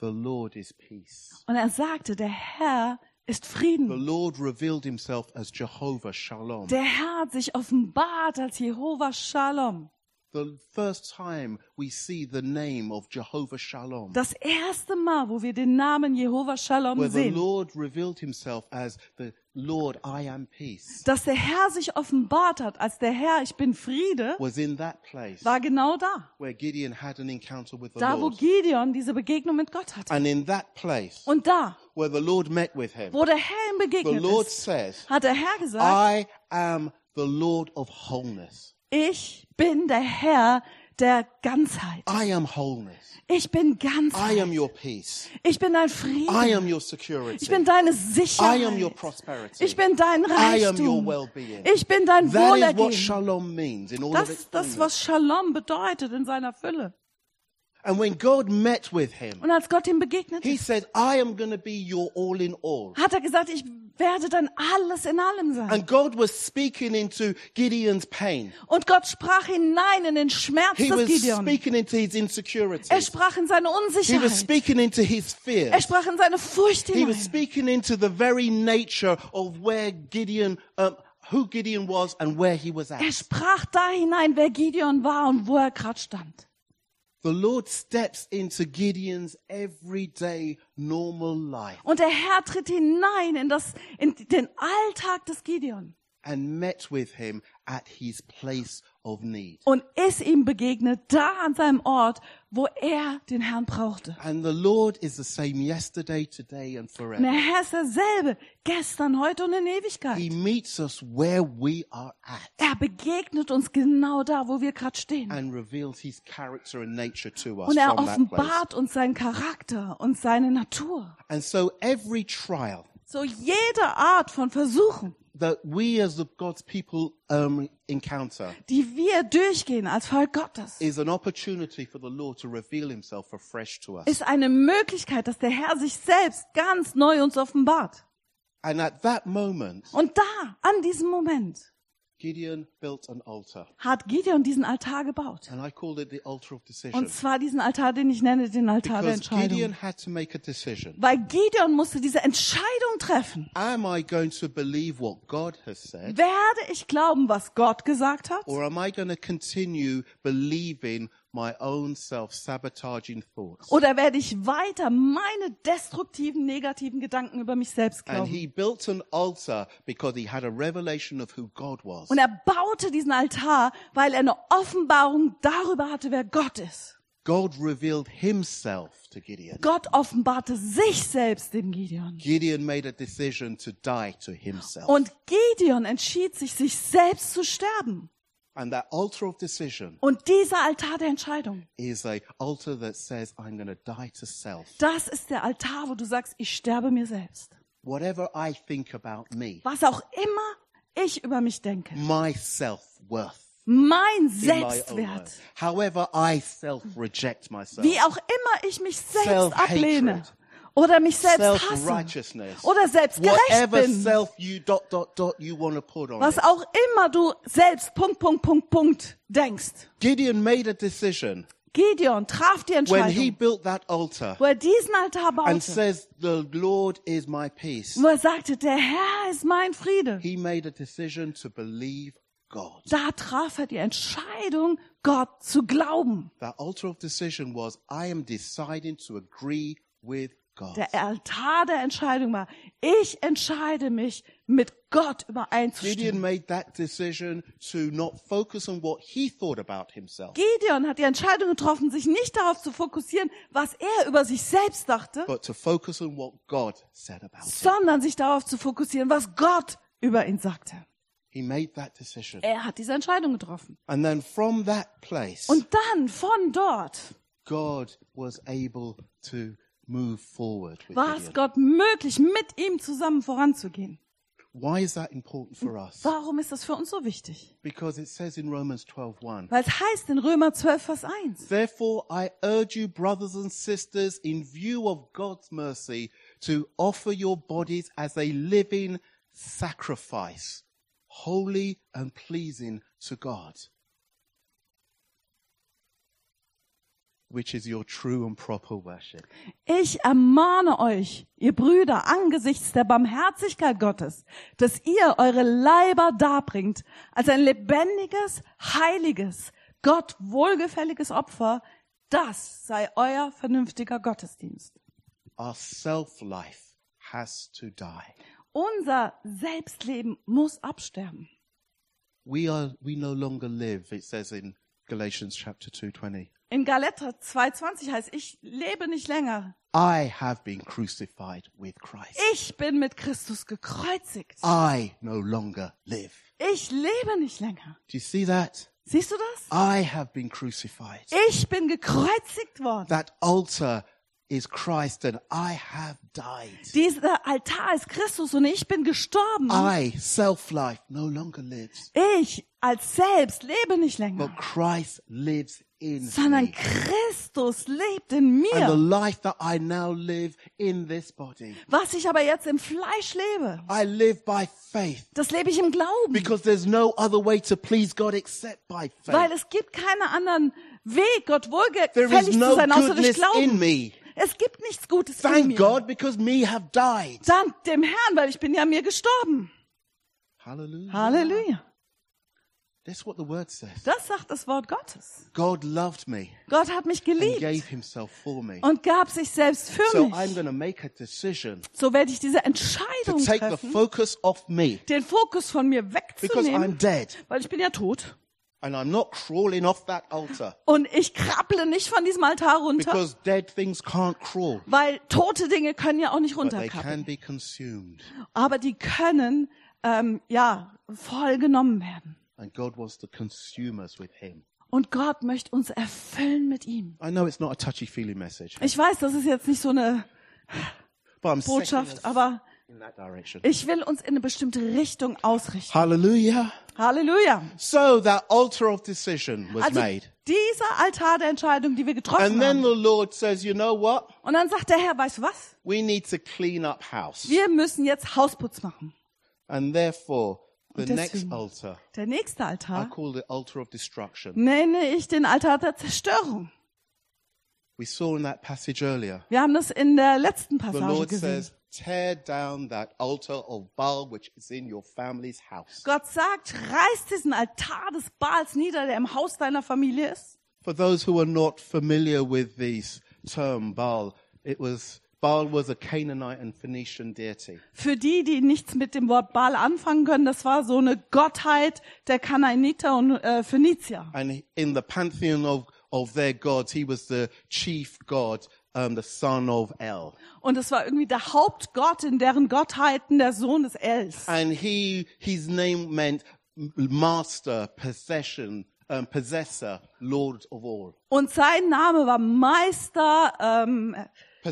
Speaker 1: "The Lord is peace."
Speaker 2: Und er sagte, der Herr ist
Speaker 1: The
Speaker 2: Frieden.
Speaker 1: Lord revealed himself as Jehovah Shalom.
Speaker 2: Der Herr hat sich offenbart als Jehova Shalom.
Speaker 1: The first time we see the name of Jehovah Shalom,
Speaker 2: Das erste Mal, wo wir den Namen Jehova Shalom
Speaker 1: where the
Speaker 2: sehen,
Speaker 1: Lord revealed himself as the Lord, I am peace,
Speaker 2: dass der Herr sich offenbart hat, als der Herr, ich bin Friede,
Speaker 1: was in that place
Speaker 2: war genau da.
Speaker 1: where Gideon had an encounter with the
Speaker 2: Da, wo
Speaker 1: Lord.
Speaker 2: Gideon diese Begegnung mit Gott hatte.
Speaker 1: And in that place
Speaker 2: Und da,
Speaker 1: where the Lord met with him,
Speaker 2: wo der Herr ihm
Speaker 1: the
Speaker 2: begegnet
Speaker 1: Lord
Speaker 2: ist,
Speaker 1: says,
Speaker 2: hat der Herr gesagt,
Speaker 1: I am the Lord of wholeness.
Speaker 2: ich bin der Herr der Ganzheit.
Speaker 1: I am wholeness.
Speaker 2: Ich bin
Speaker 1: I
Speaker 2: Ganzheit.
Speaker 1: am your peace.
Speaker 2: Ich bin dein
Speaker 1: I
Speaker 2: Frieden.
Speaker 1: am your
Speaker 2: Ich
Speaker 1: security.
Speaker 2: bin
Speaker 1: I am
Speaker 2: deine
Speaker 1: your
Speaker 2: Sicherheit.
Speaker 1: prosperity.
Speaker 2: Ich bin dein
Speaker 1: I am your
Speaker 2: Reichtum.
Speaker 1: well-being.
Speaker 2: Ich bin dein
Speaker 1: That is what
Speaker 2: Wohlergehen.
Speaker 1: shalom means in all
Speaker 2: Das
Speaker 1: of its
Speaker 2: ist das,
Speaker 1: fullness.
Speaker 2: was Shalom bedeutet in seiner Fülle.
Speaker 1: And when God met with him,
Speaker 2: Und als Gott ihm begegnet
Speaker 1: he
Speaker 2: ist,
Speaker 1: said, I am going to be your all in all.
Speaker 2: hat er gesagt, ich werde dann alles in allem sein.
Speaker 1: And God was speaking into Gideon's pain.
Speaker 2: Und Gott sprach hinein in den Schmerz
Speaker 1: He
Speaker 2: des
Speaker 1: was
Speaker 2: Gideon.
Speaker 1: speaking into his insecurity.
Speaker 2: Er sprach in seine
Speaker 1: He was
Speaker 2: Unsicherheit.
Speaker 1: speaking into his fear.
Speaker 2: Er sprach in seine Furcht
Speaker 1: He was
Speaker 2: hinein.
Speaker 1: speaking into the very nature of where Gideon, um, who Gideon was and where he was
Speaker 2: Er
Speaker 1: at.
Speaker 2: sprach da hinein, wer Gideon war und wo er gerade stand.
Speaker 1: The Lord steps into Gideon's everyday normal life
Speaker 2: Und der Herr tritt hinein in, das, in den Alltag des Gideon
Speaker 1: and met with him at his place of need.
Speaker 2: und ist ihm begegnet, da an seinem Ort, wo er den Herrn brauchte.
Speaker 1: And the Lord is the same yesterday, today, and
Speaker 2: Und der
Speaker 1: forever.
Speaker 2: Herr ist derselbe, gestern, heute und in Ewigkeit.
Speaker 1: He meets us where we are at
Speaker 2: Er begegnet uns genau da, wo wir gerade stehen.
Speaker 1: and reveals his character and nature to us
Speaker 2: Und er
Speaker 1: from that place.
Speaker 2: offenbart uns seinen Charakter und seine Natur.
Speaker 1: And so every trial
Speaker 2: So jede Art von Versuchen,
Speaker 1: that we as the God's people um, encounter
Speaker 2: die wir durchgehen als Volk Gottes,
Speaker 1: is an opportunity for the Lord to reveal himself afresh to us.
Speaker 2: ist eine Möglichkeit, dass der Herr sich selbst ganz neu uns offenbart.
Speaker 1: And at that moment,
Speaker 2: Und da, an diesem Moment,
Speaker 1: Gideon built an altar.
Speaker 2: hat Gideon diesen Altar gebaut.
Speaker 1: And I called it the altar of decision.
Speaker 2: Und zwar diesen Altar, den ich nenne, den Altar der
Speaker 1: Because Gideon
Speaker 2: Entscheidung.
Speaker 1: had to make a decision.
Speaker 2: Weil Gideon musste diese Entscheidung treffen.
Speaker 1: Am I going to believe what God has said?
Speaker 2: Werde ich glauben, was Gott gesagt hat?
Speaker 1: Or am I going to continue believing my own self-sabotaging thoughts.
Speaker 2: Oder werde ich weiter meine destruktiven, negativen Gedanken über mich selbst
Speaker 1: And
Speaker 2: glauben?
Speaker 1: he built an altar because he had a revelation of who God was.
Speaker 2: Und er baute diesen Altar, weil er eine Offenbarung darüber hatte, wer Gott ist.
Speaker 1: God revealed himself to Gideon.
Speaker 2: Gott offenbarte sich selbst dem Gideon.
Speaker 1: Gideon made a decision to die to himself.
Speaker 2: Und Gideon entschied sich, sich selbst zu sterben.
Speaker 1: and that altar of decision
Speaker 2: Und dieser Altar der Entscheidung,
Speaker 1: is a altar that says, I'm going to die to self.
Speaker 2: das ist der Altar, wo du sagst, ich sterbe mir selbst.
Speaker 1: Whatever I think about me,
Speaker 2: Was auch immer ich über mich denke.
Speaker 1: my self-worth.
Speaker 2: Mein
Speaker 1: in my own
Speaker 2: Selbstwert.
Speaker 1: life. However, I self-reject myself.
Speaker 2: Wie auch immer ich mich selbst
Speaker 1: Self-hatred.
Speaker 2: ablehne. Oder mich selbst hasse.
Speaker 1: Self-righteousness.
Speaker 2: Oder selbstgerecht
Speaker 1: Whatever
Speaker 2: bin.
Speaker 1: self you dot dot dot you want to put on
Speaker 2: Was
Speaker 1: it.
Speaker 2: auch immer du selbst Punkt, Punkt, Punkt, Punkt denkst.
Speaker 1: Gideon made a decision
Speaker 2: Gideon traf die
Speaker 1: when he
Speaker 2: Entscheidung,
Speaker 1: built that altar
Speaker 2: wo er diesen Altar
Speaker 1: and
Speaker 2: baute,
Speaker 1: says, "The Lord is my peace."
Speaker 2: wo er sagte, der Herr ist mein Friede.
Speaker 1: He made a decision to believe God.
Speaker 2: Da traf er die Entscheidung, Gott zu glauben.
Speaker 1: That altar of decision was, "I am deciding to agree with God."
Speaker 2: Der Altar der Entscheidung war, ich entscheide mich, mit Gott
Speaker 1: Gideon
Speaker 2: übereinzustimmen.
Speaker 1: made that decision to not focus on what he thought about himself,
Speaker 2: Gideon hat die Entscheidung getroffen, sich nicht darauf zu fokussieren, was er über sich selbst dachte,
Speaker 1: but to focus on what God said about him.
Speaker 2: sondern sich darauf zu fokussieren, was Gott über ihn sagte.
Speaker 1: He made that decision.
Speaker 2: Er hat diese Entscheidung getroffen.
Speaker 1: And then from that place,
Speaker 2: Und dann von dort
Speaker 1: God was able to move forward with
Speaker 2: war es
Speaker 1: Gideon.
Speaker 2: Gott möglich, mit ihm zusammen voranzugehen.
Speaker 1: Why is that important for us?
Speaker 2: Warum ist das für uns so wichtig?
Speaker 1: Because it says in Romans 12:1,
Speaker 2: Weil es heißt in Römer 12, Vers 1.
Speaker 1: Therefore I urge you brothers and sisters in view of God's mercy to offer your bodies as a living sacrifice, holy and pleasing to God, which is your true and proper worship.
Speaker 2: Ich ermahne euch, ihr Brüder, angesichts der Barmherzigkeit Gottes, dass ihr eure Leiber darbringt als ein lebendiges, heiliges, Gott wohlgefälliges Opfer. Das sei euer vernünftiger Gottesdienst.
Speaker 1: Our self-life has to die.
Speaker 2: Unser Selbstleben muss absterben.
Speaker 1: we are we no longer live it says in galatians chapter 2:20
Speaker 2: In Galater 2,20 heißt, ich lebe nicht länger.
Speaker 1: i have been crucified with christ
Speaker 2: Ich bin mit Christus gekreuzigt.
Speaker 1: i no longer live
Speaker 2: Ich lebe nicht länger.
Speaker 1: do you see that
Speaker 2: Siehst du das?
Speaker 1: i have been crucified
Speaker 2: Ich bin gekreuzigt worden.
Speaker 1: that altar is christ and i have died
Speaker 2: Dieser Altar ist Christus und ich bin gestorben.
Speaker 1: i self life no longer lives
Speaker 2: Ich als selbst lebe nicht
Speaker 1: but
Speaker 2: länger,
Speaker 1: christ lives in
Speaker 2: sondern
Speaker 1: me
Speaker 2: Christus lebt in
Speaker 1: and the
Speaker 2: mir.
Speaker 1: life that i now live in this body
Speaker 2: Was ich aber jetzt im Fleisch lebe,
Speaker 1: i live by faith
Speaker 2: das lebe ich im Glauben,
Speaker 1: because there's no other way to please god except by faith
Speaker 2: weil es gibt keinen anderen Weg, Gott
Speaker 1: There is
Speaker 2: wohlgefällig zu
Speaker 1: no
Speaker 2: sein, außer durch
Speaker 1: goodness in
Speaker 2: Glauben.
Speaker 1: me.
Speaker 2: Es gibt nichts Gutes in
Speaker 1: Thank
Speaker 2: mir.
Speaker 1: God because me have died.
Speaker 2: Dank dem Herrn, weil ich bin ja mir gestorben.
Speaker 1: Hallelujah.
Speaker 2: Halleluja.
Speaker 1: That's what the word says.
Speaker 2: Das sagt das Wort Gottes.
Speaker 1: God loved me
Speaker 2: Gott hat mich
Speaker 1: and
Speaker 2: geliebt
Speaker 1: gave himself for me.
Speaker 2: und gab sich selbst für
Speaker 1: So I'm
Speaker 2: mich.
Speaker 1: going to make a decision
Speaker 2: So werde ich diese
Speaker 1: to
Speaker 2: Entscheidung
Speaker 1: take the
Speaker 2: treffen,
Speaker 1: focus off me
Speaker 2: den Fokus von mir
Speaker 1: because I'm
Speaker 2: wegzunehmen,
Speaker 1: dead
Speaker 2: weil ich bin ja tot.
Speaker 1: and I'm not crawling off that altar
Speaker 2: Und ich krabble nicht von diesem Altar runter,
Speaker 1: because dead things can't crawl,
Speaker 2: weil tote Dinge können ja auch nicht
Speaker 1: but they can
Speaker 2: runterkrabbeln.
Speaker 1: be consumed.
Speaker 2: Aber die können, ähm, ja, voll genommen werden.
Speaker 1: And God wants to consume us with him.
Speaker 2: Und Gott möchte uns erfüllen mit ihm.
Speaker 1: I know it's not a touchy-feely message,
Speaker 2: Ich weiß, das ist jetzt nicht so eine
Speaker 1: but I'm setting us
Speaker 2: Botschaft, aber
Speaker 1: in that direction.
Speaker 2: ich will uns in eine bestimmte Richtung ausrichten.
Speaker 1: Hallelujah.
Speaker 2: Halleluja.
Speaker 1: So that altar of decision was
Speaker 2: Also
Speaker 1: made.
Speaker 2: dieser Altar der Entscheidung, die wir
Speaker 1: And
Speaker 2: getroffen
Speaker 1: then
Speaker 2: haben.
Speaker 1: the Lord says, you know what?
Speaker 2: Und dann sagt der Herr, weißt du was?
Speaker 1: We need to clean up house.
Speaker 2: Wir müssen jetzt Hausputz machen.
Speaker 1: And therefore, the
Speaker 2: Und deswegen-
Speaker 1: next altar,
Speaker 2: Der nächste
Speaker 1: I
Speaker 2: Altar
Speaker 1: call it altar of
Speaker 2: Mm.
Speaker 1: destruction.
Speaker 2: nenne ich den Altar der Zerstörung.
Speaker 1: We saw in that passage earlier,
Speaker 2: Wir haben das in der letzten
Speaker 1: the
Speaker 2: Passage
Speaker 1: Lord
Speaker 2: gesehen.
Speaker 1: says, tear down that altar of Baal which is in your family's house.
Speaker 2: Gott sagt, reiß diesen Altar des Baals nieder, der im Haus deiner Familie ist.
Speaker 1: For those who are not familiar with this term, Baal, it was, Baal was a Canaanite and Phoenician deity.
Speaker 2: Für die, die nichts mit dem Wort Baal anfangen können, das war so eine Gottheit der Kanaaniter und äh, Phönizier.
Speaker 1: And in the pantheon of, of their gods, he was the chief god, um, the son of El.
Speaker 2: Und es war irgendwie der Hauptgott in deren Gottheiten, der Sohn des Els.
Speaker 1: And he, his name meant master, possession, um, possessor, lord of all.
Speaker 2: Und sein Name war Meister, ähm,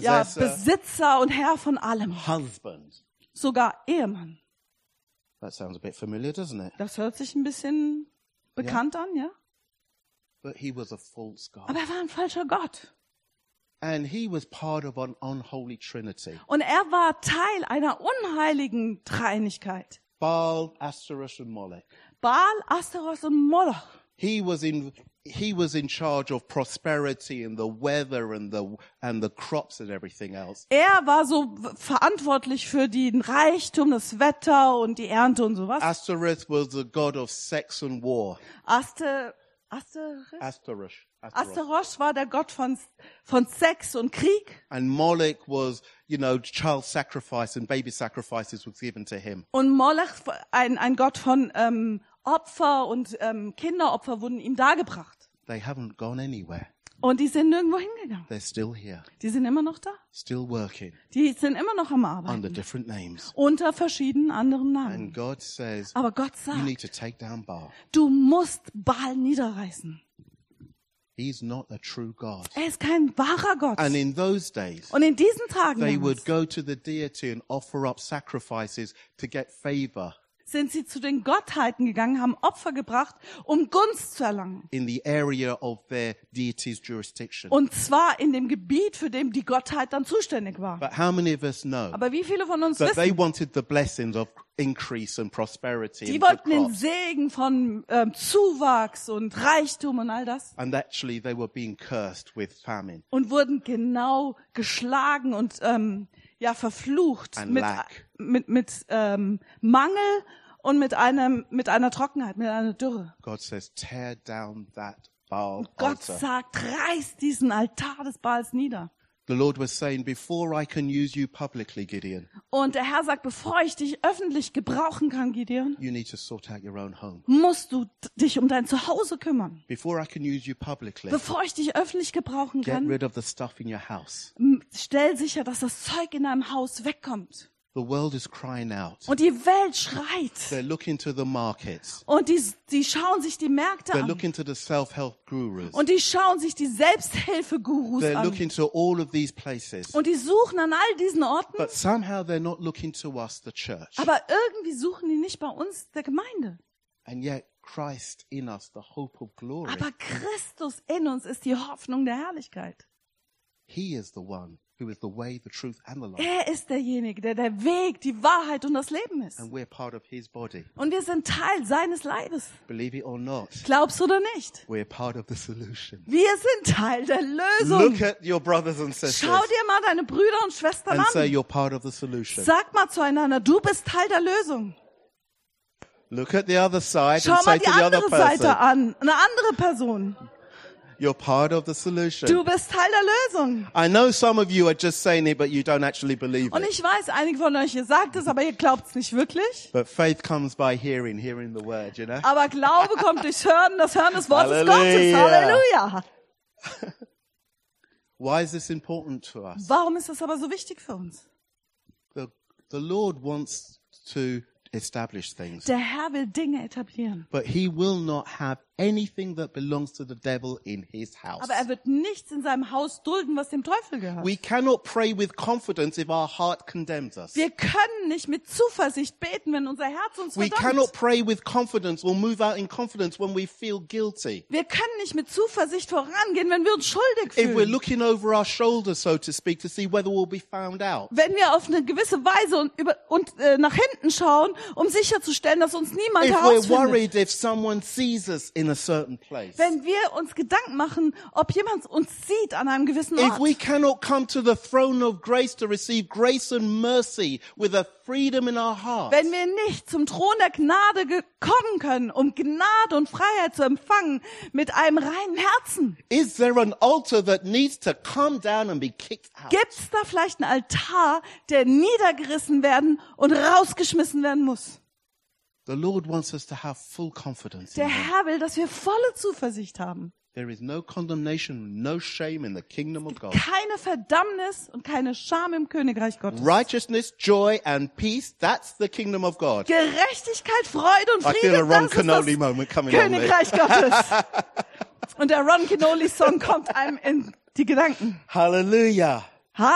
Speaker 2: ja,
Speaker 1: Possessor.
Speaker 2: Besitzer und Herr von allem.
Speaker 1: Husband.
Speaker 2: Sogar Ehemann.
Speaker 1: That sounds a bit familiar, doesn't it?
Speaker 2: Das hört sich ein bisschen bekannt an, ja?
Speaker 1: But he was a false god.
Speaker 2: Aber er war ein falscher Gott.
Speaker 1: And he was part of an unholy trinity.
Speaker 2: Und er war Teil einer unheiligen Dreieinigkeit.
Speaker 1: Baal, Asterisk, and Molech.
Speaker 2: Baal, Astaroth und Moloch.
Speaker 1: He was in he was in charge of prosperity and the weather and the and the crops and everything else.
Speaker 2: Er war so w- verantwortlich für den Reichtum, das Wetter und die Ernte und sowas.
Speaker 1: Asterisk was the god of sex and war.
Speaker 2: Aste, Aste,
Speaker 1: Asterisk. Asterisk.
Speaker 2: Asteroth war der Gott von, von Sex und Krieg.
Speaker 1: And Molech was, you know, child sacrifice and baby sacrifices was given to him.
Speaker 2: Und Moloch, ein, ein Gott von ähm, Opfer und ähm, Kinderopfer wurden ihm dargebracht.
Speaker 1: They haven't gone anywhere.
Speaker 2: Und die sind nirgendwo hingegangen.
Speaker 1: They're still here,
Speaker 2: Die sind immer noch da.
Speaker 1: still working
Speaker 2: Die sind immer noch am Arbeiten.
Speaker 1: under different names.
Speaker 2: Unter verschiedenen anderen
Speaker 1: And
Speaker 2: Namen.
Speaker 1: God says,
Speaker 2: Aber Gott
Speaker 1: you
Speaker 2: sagt,
Speaker 1: need to take down Baal.
Speaker 2: du musst Baal niederreißen.
Speaker 1: He's not a true God.
Speaker 2: Er ist kein wahrer Gott.
Speaker 1: And in those days,
Speaker 2: Und in diesen Tagen
Speaker 1: they
Speaker 2: damals
Speaker 1: would go to the deity and offer up sacrifices to get favor
Speaker 2: sind sie zu den Gottheiten gegangen, haben Opfer gebracht, um Gunst zu erlangen.
Speaker 1: in the area of their deity's jurisdiction.
Speaker 2: Und zwar in dem Gebiet, für dem die Gottheit dann zuständig war.
Speaker 1: But how many of us know
Speaker 2: Aber wie viele von uns
Speaker 1: that
Speaker 2: wissen,
Speaker 1: they wanted the blessings of increase and prosperity
Speaker 2: die
Speaker 1: and good
Speaker 2: wollten den
Speaker 1: crops,
Speaker 2: Segen von ähm, Zuwachs und Reichtum und all das
Speaker 1: and actually they were being cursed with famine
Speaker 2: und wurden genau geschlagen und ähm, ja verflucht
Speaker 1: Ein
Speaker 2: mit,
Speaker 1: Lack.
Speaker 2: mit, mit ähm, Mangel und mit einem mit einer Trockenheit, mit einer Dürre.
Speaker 1: god says tear down that baal
Speaker 2: Gott
Speaker 1: altar
Speaker 2: sagt, reiß diesen Altar des Baals nieder.
Speaker 1: the lord was saying before i can use you publicly gideon
Speaker 2: Und der Herr sagt, bevor ich dich öffentlich gebrauchen kann, Gideon,
Speaker 1: you need to sort out your own home
Speaker 2: musst du t- dich um dein Zuhause kümmern.
Speaker 1: before i can use you publicly
Speaker 2: Bevor ich dich öffentlich gebrauchen
Speaker 1: get
Speaker 2: kann,
Speaker 1: rid of the stuff in your house
Speaker 2: m- stell sicher, dass das Zeug in deinem Haus wegkommt.
Speaker 1: the world is crying out
Speaker 2: Und die Welt schreit.
Speaker 1: They're looking to the markets.
Speaker 2: Und die, die schauen sich die Märkte
Speaker 1: They're
Speaker 2: an.
Speaker 1: looking to the self-help gurus.
Speaker 2: Und die schauen sich die Selbsthilfegurus
Speaker 1: They're
Speaker 2: an.
Speaker 1: looking to all of these places.
Speaker 2: Und die suchen an all diesen Orten,
Speaker 1: But somehow they're not looking to us, the church.
Speaker 2: aber irgendwie suchen die nicht bei uns, der Gemeinde.
Speaker 1: And yet Christ in us, the hope of glory,
Speaker 2: Aber Christus in uns ist die Hoffnung der Herrlichkeit.
Speaker 1: he is the one who is the way, the truth, and the life.
Speaker 2: Er ist derjenige, der der Weg, die Wahrheit und das Leben ist.
Speaker 1: And we're part of his body.
Speaker 2: Und wir sind Teil seines Leibes.
Speaker 1: Believe it or not,
Speaker 2: Glaubst du oder nicht?
Speaker 1: we're part of the solution.
Speaker 2: Wir sind Teil der
Speaker 1: Look
Speaker 2: Lösung.
Speaker 1: at your brothers and
Speaker 2: Schau
Speaker 1: sisters
Speaker 2: dir mal deine Brüder und Schwestern
Speaker 1: and say
Speaker 2: an.
Speaker 1: you're part of the solution.
Speaker 2: Sag mal zueinander, du bist Teil der Lösung.
Speaker 1: Look at the other side
Speaker 2: Schau
Speaker 1: and say
Speaker 2: mal die
Speaker 1: to the other
Speaker 2: andere Seite
Speaker 1: person,
Speaker 2: an, eine andere Person.
Speaker 1: you're part of the solution.
Speaker 2: Du bist Teil der Lösung.
Speaker 1: I know some of you are just saying it, but you don't actually believe
Speaker 2: Und
Speaker 1: it.
Speaker 2: ich weiß, einige von euch, ihr sagt es, aber ihr glaubt es nicht wirklich.
Speaker 1: But faith comes by hearing, hearing the word, you know?
Speaker 2: Aber Glaube kommt durchs Hören, das Hören des Wortes Gottes.
Speaker 1: Halleluja.
Speaker 2: Halleluja.
Speaker 1: Why is this important to us?
Speaker 2: Warum ist das aber so wichtig für uns?
Speaker 1: The, the Lord wants to establish things,
Speaker 2: Der Herr will Dinge etablieren.
Speaker 1: but he will not have anything that belongs to the devil in his house.
Speaker 2: Aber er wird nichts in seinem Haus dulden, was dem Teufel gehört.
Speaker 1: We cannot pray with confidence if our heart condemns us.
Speaker 2: Wir können nicht mit Zuversicht beten, wenn unser Herz uns
Speaker 1: We
Speaker 2: verdammt.
Speaker 1: cannot pray with confidence or move out in confidence when we feel guilty.
Speaker 2: Wir können nicht mit Zuversicht vorangehen, wenn wir uns schuldig
Speaker 1: If we're
Speaker 2: fühlen.
Speaker 1: looking over our shoulder, so to speak, to see whether we'll be found out.
Speaker 2: Wenn wir auf eine gewisse Weise und, über, und äh, nach hinten schauen, um sicherzustellen, dass uns niemand
Speaker 1: If we're
Speaker 2: herausfindet.
Speaker 1: worried if someone sees us in a certain place.
Speaker 2: Wenn wir uns Gedanken machen, ob jemand uns sieht an einem gewissen
Speaker 1: If we
Speaker 2: Ort.
Speaker 1: cannot come to the throne of grace to receive grace and mercy with a freedom in our heart,
Speaker 2: Wenn wir nicht zum Thron der Gnade gekommen können, um Gnade und Freiheit zu empfangen, mit einem reinen Herzen.
Speaker 1: is there an altar that needs to come down and be kicked out?
Speaker 2: Gibt's da vielleicht einen Altar, der niedergerissen werden und rausgeschmissen werden muss?
Speaker 1: The Lord wants us to have full confidence. In
Speaker 2: Der
Speaker 1: him.
Speaker 2: Herr will, dass wir volle Zuversicht haben.
Speaker 1: There is no condemnation, no shame in the kingdom of God.
Speaker 2: Keine Verdammnis und keine Scham im Königreich Gottes.
Speaker 1: Righteousness, joy, and peace, that's the kingdom of God.
Speaker 2: Gerechtigkeit, Freude und
Speaker 1: I feel a
Speaker 2: Friede,
Speaker 1: Ron
Speaker 2: das ist
Speaker 1: Canoli
Speaker 2: das
Speaker 1: moment coming on there.
Speaker 2: Königreich Gottes. Und der Ron Canoli-Song kommt einem in die Gedanken.
Speaker 1: Hallelujah.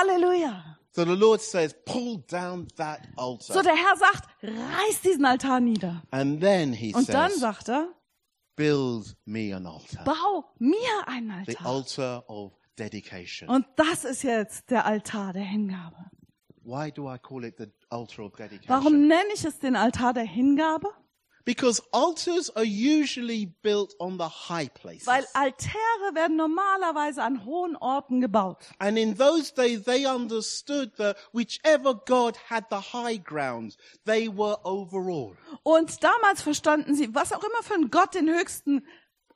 Speaker 2: Halleluja.
Speaker 1: So the Lord says, pull down that altar.
Speaker 2: So, der Herr sagt, reiß diesen Altar nieder.
Speaker 1: and then he
Speaker 2: Und dann
Speaker 1: says,
Speaker 2: sagt er,
Speaker 1: build me an altar.
Speaker 2: bau mir einen
Speaker 1: The
Speaker 2: Altar.
Speaker 1: altar of dedication.
Speaker 2: Und das ist jetzt der Altar der Hingabe.
Speaker 1: Why do I call it the altar of dedication?
Speaker 2: Warum nenne ich es den Altar der Hingabe?
Speaker 1: Because altars are usually built on the high places.
Speaker 2: Weil Altäre werden normalerweise an hohen Orten gebaut.
Speaker 1: And in those days, they understood that whichever God had the high ground, they were overall.
Speaker 2: Und damals verstanden sie, was auch immer für ein Gott den höchsten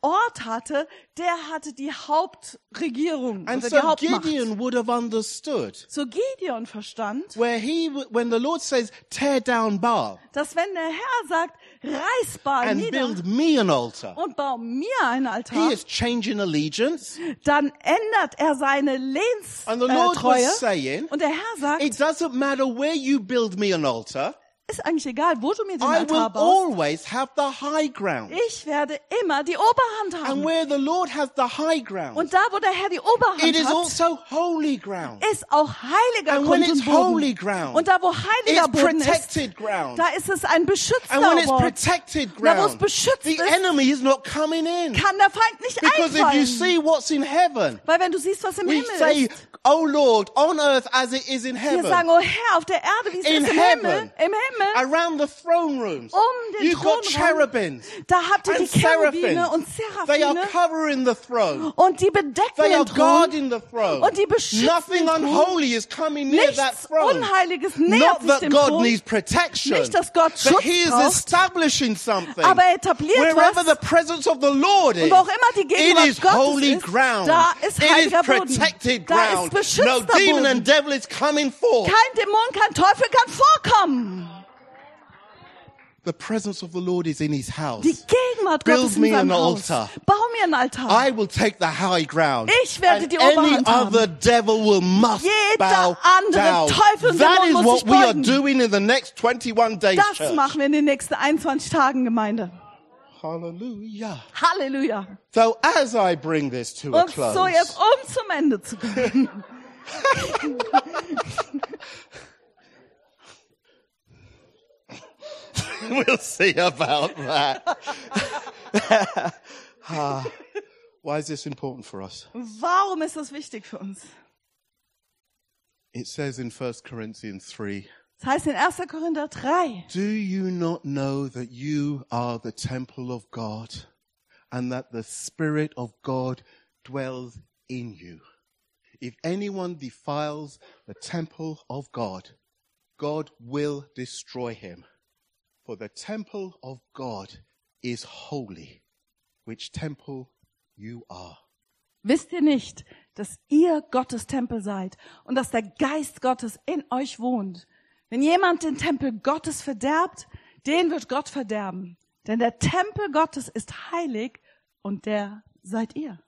Speaker 2: Ort hatte, der hatte die Hauptregierung
Speaker 1: And
Speaker 2: oder die
Speaker 1: so
Speaker 2: Hauptmacht.
Speaker 1: Gideon would have understood
Speaker 2: So Gideon verstand,
Speaker 1: where he, w- when the Lord says, tear down Baal
Speaker 2: dass wenn der Herr sagt, reiß Baal
Speaker 1: and
Speaker 2: nieder
Speaker 1: build me an altar,
Speaker 2: und bau mir einen
Speaker 1: he
Speaker 2: Altar,
Speaker 1: is changing allegiance.
Speaker 2: dann ändert er seine Lehnstreue.
Speaker 1: And the Lord was saying,
Speaker 2: und der Herr
Speaker 1: it
Speaker 2: sagt,
Speaker 1: doesn't matter where you build me an altar,
Speaker 2: ist eigentlich egal, wo du mir den
Speaker 1: I will
Speaker 2: Altar baust.
Speaker 1: always have the high ground.
Speaker 2: Ich werde immer die Oberhand
Speaker 1: And
Speaker 2: haben.
Speaker 1: where the Lord has the high ground,
Speaker 2: Und da, wo der Herr die Oberhand
Speaker 1: it is
Speaker 2: hat,
Speaker 1: also holy ground.
Speaker 2: ist auch heiliger
Speaker 1: And when
Speaker 2: Grund
Speaker 1: it's
Speaker 2: und Boden.
Speaker 1: holy ground,
Speaker 2: und da, wo heiliger
Speaker 1: It's
Speaker 2: Boden ist,
Speaker 1: protected ground.
Speaker 2: da ist es ein beschützter
Speaker 1: And when it's
Speaker 2: Ort.
Speaker 1: protected
Speaker 2: Da, wo es
Speaker 1: ground,
Speaker 2: beschützt
Speaker 1: the
Speaker 2: ist,
Speaker 1: enemy is not coming in.
Speaker 2: kann der Feind nicht
Speaker 1: Because if you
Speaker 2: einfallen.
Speaker 1: see what's in heaven,
Speaker 2: Weil wenn du siehst, was im
Speaker 1: we
Speaker 2: Himmel
Speaker 1: say,
Speaker 2: ist,
Speaker 1: Oh Lord, on earth as it is in
Speaker 2: wir sagen,
Speaker 1: heaven,
Speaker 2: oh Herr, auf der Erde, wie es
Speaker 1: In
Speaker 2: ist im
Speaker 1: heaven.
Speaker 2: Himmel, im Himmel,
Speaker 1: around the throne rooms,
Speaker 2: Um den
Speaker 1: you've got
Speaker 2: Thronraum.
Speaker 1: cherubims.
Speaker 2: da habt ihr die
Speaker 1: And seraphims.
Speaker 2: Cherubine und
Speaker 1: They are
Speaker 2: Seraphine
Speaker 1: covering the throne.
Speaker 2: und die bedecken
Speaker 1: They are
Speaker 2: den Thron.
Speaker 1: guarding the throne.
Speaker 2: Und die beschützen
Speaker 1: Nothing
Speaker 2: den Thron.
Speaker 1: unholy is coming near that
Speaker 2: Nichts
Speaker 1: throne.
Speaker 2: Unheiliges nähert
Speaker 1: Not
Speaker 2: sich
Speaker 1: that
Speaker 2: dem
Speaker 1: God
Speaker 2: Thron.
Speaker 1: needs protection.
Speaker 2: Nicht, dass Gott
Speaker 1: but
Speaker 2: Schutz
Speaker 1: he is
Speaker 2: braucht.
Speaker 1: establishing something.
Speaker 2: Aber er etabliert
Speaker 1: Wherever
Speaker 2: was.
Speaker 1: the presence of the Lord is,
Speaker 2: Und wo auch immer die Gegenwart
Speaker 1: it is
Speaker 2: Gottes
Speaker 1: holy
Speaker 2: ist,
Speaker 1: ground.
Speaker 2: da ist
Speaker 1: it is
Speaker 2: heiliger Boden.
Speaker 1: protected
Speaker 2: Da ist
Speaker 1: ground.
Speaker 2: beschützter
Speaker 1: no demon
Speaker 2: Boden.
Speaker 1: and devil is coming forth.
Speaker 2: Kein Dämon, kein Teufel kann vorkommen.
Speaker 1: the presence of the Lord is in his house.
Speaker 2: Die Gegenwart
Speaker 1: Build
Speaker 2: Gottes
Speaker 1: me
Speaker 2: in seinem
Speaker 1: an
Speaker 2: Haus.
Speaker 1: altar.
Speaker 2: Bau mir einen Altar.
Speaker 1: I will take the high ground.
Speaker 2: Ich werde
Speaker 1: and
Speaker 2: die
Speaker 1: any
Speaker 2: Oberhand haben.
Speaker 1: other devil will must
Speaker 2: Jeder
Speaker 1: bow
Speaker 2: andere
Speaker 1: down.
Speaker 2: Teufel und
Speaker 1: that
Speaker 2: Dämon
Speaker 1: is
Speaker 2: muss
Speaker 1: what
Speaker 2: sich
Speaker 1: we are
Speaker 2: beugen.
Speaker 1: doing in the next 21 days.
Speaker 2: Das
Speaker 1: church.
Speaker 2: machen wir in den nächsten 21 Tagen, Gemeinde.
Speaker 1: Hallelujah.
Speaker 2: Halleluja.
Speaker 1: So as I bring this to a
Speaker 2: Und
Speaker 1: close,
Speaker 2: so jetzt, um zum Ende zu kommen.
Speaker 1: we'll see about that. Ah, why is this important for us?
Speaker 2: Warum ist das wichtig für uns?
Speaker 1: It says in 1 Corinthians 3,
Speaker 2: Das heißt in 1. Korinther 3,
Speaker 1: Do you not know that you are the temple of God and that the Spirit of God dwells in you? If anyone defiles the temple of God, God will destroy him. For the temple of God is holy, which temple you are.
Speaker 2: wisst ihr nicht, dass ihr Gottes Tempel seid und dass der Geist Gottes in euch wohnt. Wenn jemand den Tempel Gottes verderbt, den wird Gott verderben. Denn der Tempel Gottes ist heilig und der seid ihr.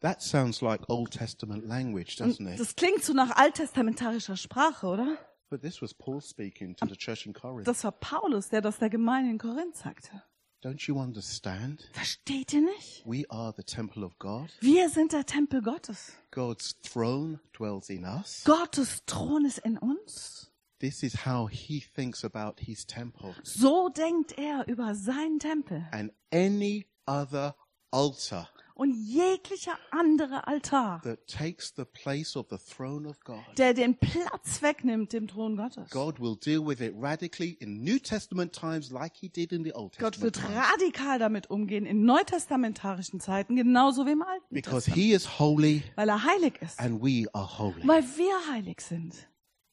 Speaker 1: That sounds like Old Testament language, doesn't it?
Speaker 2: Das klingt so nach alttestamentarischer Sprache, oder?
Speaker 1: But this was Paul speaking to the church in Corinth.
Speaker 2: Das war Paulus, der das der Gemeinde in Korinth sagte.
Speaker 1: Don't you understand?
Speaker 2: Versteht ihr nicht?
Speaker 1: We are the temple of God.
Speaker 2: Wir sind der Tempel Gottes.
Speaker 1: God's throne dwells in us.
Speaker 2: Gottes Thron ist in uns.
Speaker 1: This is how he thinks about his temple.
Speaker 2: So denkt er über seinen Tempel.
Speaker 1: And any other altar
Speaker 2: und jeglicher andere Altar,
Speaker 1: that takes the place of the throne of God.
Speaker 2: der den Platz wegnimmt dem Thron Gottes.
Speaker 1: God will deal with it radically in New Testament times like he did in the Old
Speaker 2: Gott
Speaker 1: Testament
Speaker 2: wird
Speaker 1: times.
Speaker 2: radikal damit umgehen in neutestamentarischen Zeiten, genauso wie im Alten
Speaker 1: Because
Speaker 2: Testament,
Speaker 1: he is holy
Speaker 2: weil er heilig ist,
Speaker 1: and we are holy.
Speaker 2: weil wir heilig sind.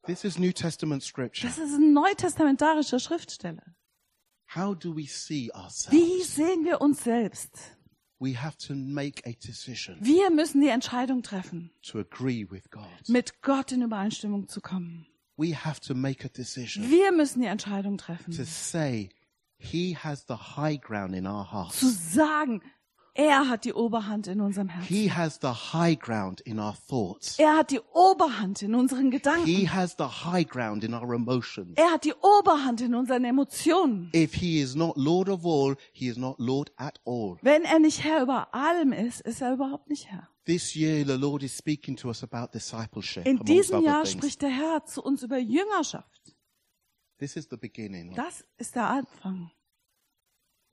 Speaker 1: This is New Testament scripture.
Speaker 2: Das ist eine neutestamentarische Schriftstelle.
Speaker 1: How do we see ourselves?
Speaker 2: Wie sehen wir uns selbst?
Speaker 1: We have to make a decision
Speaker 2: Wir müssen die Entscheidung treffen,
Speaker 1: to agree with God.
Speaker 2: mit Gott in Übereinstimmung zu kommen.
Speaker 1: We have to make a decision
Speaker 2: Wir müssen die Entscheidung
Speaker 1: to
Speaker 2: treffen,
Speaker 1: say he has the high ground in our
Speaker 2: zu
Speaker 1: hearts.
Speaker 2: sagen, er hat die Oberhand in unserem Herzen.
Speaker 1: He has the high ground in our thoughts.
Speaker 2: Er hat die Oberhand in unseren Gedanken.
Speaker 1: He has the high ground in our emotions.
Speaker 2: Er hat die Oberhand in unseren Emotionen.
Speaker 1: If he is not Lord of all, he is not Lord at all.
Speaker 2: Wenn er nicht Herr über allem ist, ist er überhaupt nicht Herr.
Speaker 1: This year, the Lord is speaking to us about discipleship.
Speaker 2: In
Speaker 1: amongst
Speaker 2: diesem
Speaker 1: other
Speaker 2: Jahr
Speaker 1: things.
Speaker 2: spricht der Herr zu uns über Jüngerschaft.
Speaker 1: This is the beginning.
Speaker 2: Das ist der Anfang.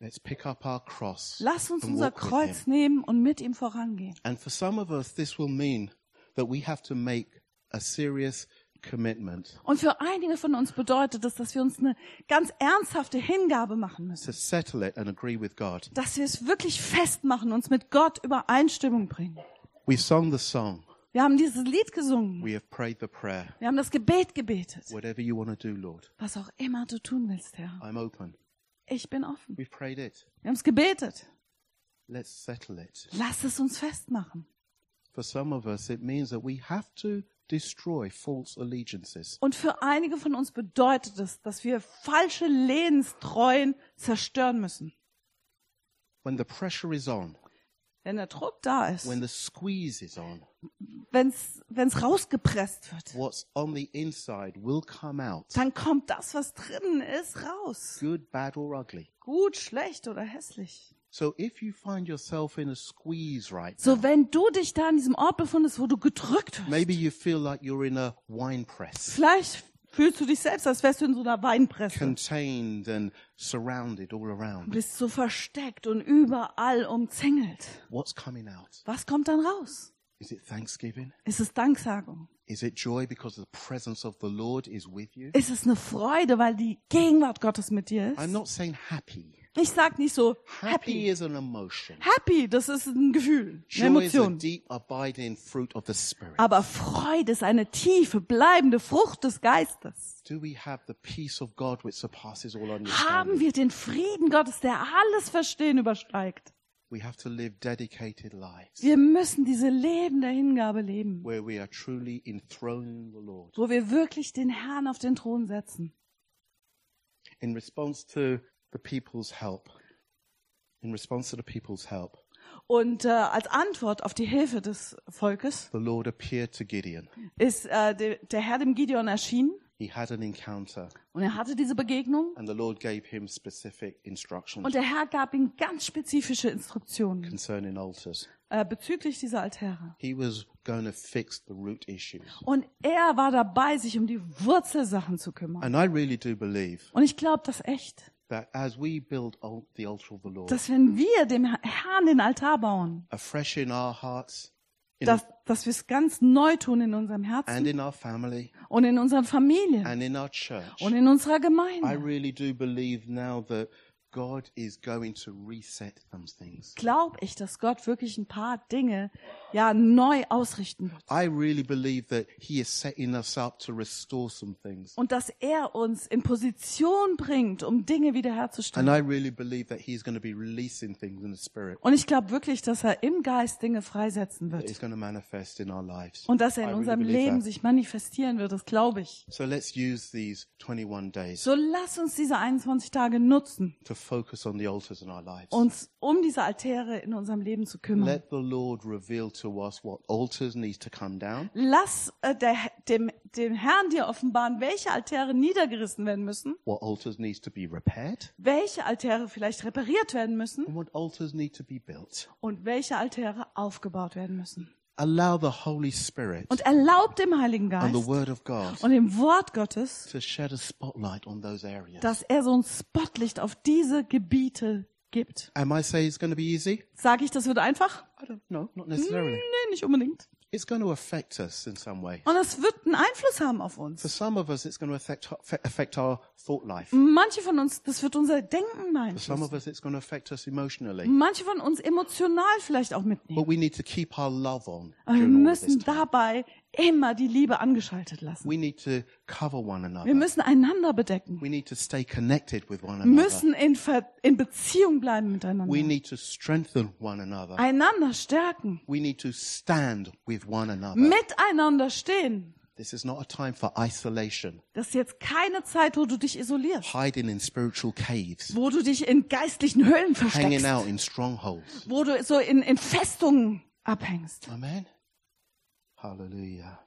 Speaker 1: Let's pick up our cross.
Speaker 2: Lass uns
Speaker 1: and
Speaker 2: unser
Speaker 1: walk with him.
Speaker 2: Kreuz nehmen und mit ihm vorangehen.
Speaker 1: And for some of us, this will mean that we have to make a serious commitment
Speaker 2: Und für einige von uns bedeutet das, dass wir uns eine ganz ernsthafte Hingabe machen müssen.
Speaker 1: to settle it and agree with God.
Speaker 2: Dass wir es wirklich festmachen, uns mit Gott Übereinstimmung bringen.
Speaker 1: We've sung the song.
Speaker 2: Wir haben dieses Lied gesungen.
Speaker 1: We have prayed the prayer.
Speaker 2: Wir haben das Gebet gebetet.
Speaker 1: Whatever you want to do, Lord,
Speaker 2: Was auch immer du tun willst, Herr.
Speaker 1: I'm open.
Speaker 2: Ich bin offen.
Speaker 1: We've prayed it.
Speaker 2: Wir haben es gebetet.
Speaker 1: Let's settle it.
Speaker 2: Lass es uns festmachen.
Speaker 1: For some of us, it means that we have to destroy false allegiances.
Speaker 2: Und für einige von uns bedeutet es, dass wir falsche Lehenstreuen zerstören müssen.
Speaker 1: When the pressure is on,
Speaker 2: Wenn der Druck da ist,
Speaker 1: when the squeeze is on,
Speaker 2: wenn es rausgepresst wird,
Speaker 1: what's on the inside will come out.
Speaker 2: dann kommt das, was drinnen ist, raus.
Speaker 1: Good, bad, or ugly.
Speaker 2: Gut, schlecht oder hässlich.
Speaker 1: So if you find yourself in a squeeze right now,
Speaker 2: So, wenn du dich da an diesem Ort befindest, wo du gedrückt wirst,
Speaker 1: maybe you feel like you're in a wine press,
Speaker 2: vielleicht fühlst du dich selbst, als wärst du in so einer Weinpresse.
Speaker 1: contained and surrounded all
Speaker 2: Du
Speaker 1: around.
Speaker 2: bist so versteckt und überall umzingelt.
Speaker 1: What's coming out?
Speaker 2: Was kommt dann raus?
Speaker 1: Is it thanksgiving?
Speaker 2: Ist es Danksagung?
Speaker 1: Is it joy because the presence of the Lord is with you?
Speaker 2: Ist es eine Freude, weil die Gegenwart Gottes mit dir ist?
Speaker 1: I'm not saying happy.
Speaker 2: Ich sag nicht so
Speaker 1: Happy
Speaker 2: happy.
Speaker 1: is an emotion.
Speaker 2: Happy, das ist ein Gefühl, eine
Speaker 1: Joy is a
Speaker 2: Emotion.
Speaker 1: deep, abiding fruit of the Spirit.
Speaker 2: Aber Freude ist eine tiefe, bleibende Frucht des Geistes.
Speaker 1: Do we have the peace of God which surpasses all
Speaker 2: Haben
Speaker 1: understanding?
Speaker 2: wir den Frieden Gottes, der alles Verstehen übersteigt?
Speaker 1: We have to live dedicated lives
Speaker 2: Wir müssen diese Leben der Hingabe leben,
Speaker 1: where we are truly enthroning the Lord.
Speaker 2: wo wir wirklich den Herrn auf den Thron setzen.
Speaker 1: in response to the people's help. In response to the people's help,
Speaker 2: Und äh, als Antwort auf die Hilfe des Volkes
Speaker 1: the Lord appeared to Gideon.
Speaker 2: ist äh, de, der Herr dem Gideon erschienen
Speaker 1: He had an encounter,
Speaker 2: und er hatte diese Begegnung
Speaker 1: and the Lord gave him specific instructions
Speaker 2: und der Herr gab ihm ganz spezifische Instruktionen
Speaker 1: concerning altars.
Speaker 2: äh, bezüglich dieser Altäre.
Speaker 1: He was going to fix the root issues.
Speaker 2: Und er war dabei, sich um die Wurzelsachen zu kümmern.
Speaker 1: And I really do believe
Speaker 2: Und ich glaube das echt,
Speaker 1: that as we build al- the altar of the Lord
Speaker 2: dass wenn wir dem Herrn den Altar bauen,
Speaker 1: afresh in our hearts in
Speaker 2: dass, dass wir es ganz neu tun in unserem
Speaker 1: and
Speaker 2: Herzen
Speaker 1: in our family
Speaker 2: und in unseren Familien
Speaker 1: and in our church,
Speaker 2: und in unserer
Speaker 1: I
Speaker 2: Gemeinde,
Speaker 1: really do believe now that God is going to reset some things.
Speaker 2: glaube ich, dass Gott wirklich ein paar Dinge ja neu ausrichten wird.
Speaker 1: I really believe that He is setting us up to restore some things.
Speaker 2: Und dass er uns in Position bringt, um Dinge
Speaker 1: And
Speaker 2: wiederherzustellen.
Speaker 1: I really believe that He's going to be releasing things in the Spirit
Speaker 2: Und ich glaube wirklich, dass er im Geist Dinge freisetzen
Speaker 1: that is
Speaker 2: wird.
Speaker 1: going to manifest in our lives.
Speaker 2: Und dass
Speaker 1: I
Speaker 2: er in
Speaker 1: really
Speaker 2: unserem
Speaker 1: believe
Speaker 2: Leben
Speaker 1: that.
Speaker 2: sich manifestieren wird, das glaube ich.
Speaker 1: So let's use these 21 days
Speaker 2: So lass uns diese 21 Tage nutzen,
Speaker 1: to focus on the altars in our lives.
Speaker 2: uns um diese Altäre in unserem Leben zu kümmern.
Speaker 1: Let the Lord reveal to us what altars need to come down
Speaker 2: Lass äh, der, dem, dem Herrn dir offenbaren, welche Altäre niedergerissen werden müssen,
Speaker 1: what altars needs to be repaired
Speaker 2: welche Altäre vielleicht repariert werden müssen
Speaker 1: and what altars need to be built.
Speaker 2: und welche Altäre aufgebaut werden müssen.
Speaker 1: Allow the Holy Spirit
Speaker 2: Und erlaub dem Heiligen
Speaker 1: and
Speaker 2: Geist
Speaker 1: the Word of God
Speaker 2: und dem Wort Gottes,
Speaker 1: to shed a spotlight on those areas.
Speaker 2: dass er so ein Spotlicht auf diese Gebiete gibt.
Speaker 1: Am I saying it's going to be easy?
Speaker 2: Sage ich, das wird einfach?
Speaker 1: I don't know, not necessarily.
Speaker 2: Nee, nicht unbedingt.
Speaker 1: It's going to affect us in some way.
Speaker 2: Und es wird einen Einfluss haben auf uns.
Speaker 1: For some of us, it's going to affect, affect our thought life.
Speaker 2: Manche von uns, das wird unser Denken
Speaker 1: For some
Speaker 2: beeinflussen.
Speaker 1: of us, it's going to affect us emotionally.
Speaker 2: Manche von uns emotional vielleicht auch mitnehmen.
Speaker 1: But we need to keep our love on.
Speaker 2: Aber wir
Speaker 1: during all of this
Speaker 2: müssen
Speaker 1: time.
Speaker 2: dabei immer die Liebe angeschaltet lassen.
Speaker 1: We need to cover one
Speaker 2: Wir
Speaker 1: another.
Speaker 2: müssen einander bedecken.
Speaker 1: We need to stay connected with one
Speaker 2: Wir
Speaker 1: another.
Speaker 2: müssen in, Ver in Beziehung bleiben
Speaker 1: We
Speaker 2: miteinander.
Speaker 1: need to strengthen one another.
Speaker 2: Einander stärken.
Speaker 1: We need to stand with one another.
Speaker 2: Miteinander stehen.
Speaker 1: This is not a time for isolation,
Speaker 2: Das ist jetzt keine Zeit, wo du dich isolierst.
Speaker 1: hiding in spiritual caves,
Speaker 2: Wo du dich in geistlichen
Speaker 1: hanging
Speaker 2: Höhlen versteckst.
Speaker 1: out in strongholds.
Speaker 2: Wo du so in, in Festungen abhängst.
Speaker 1: Amen. Hallelujah.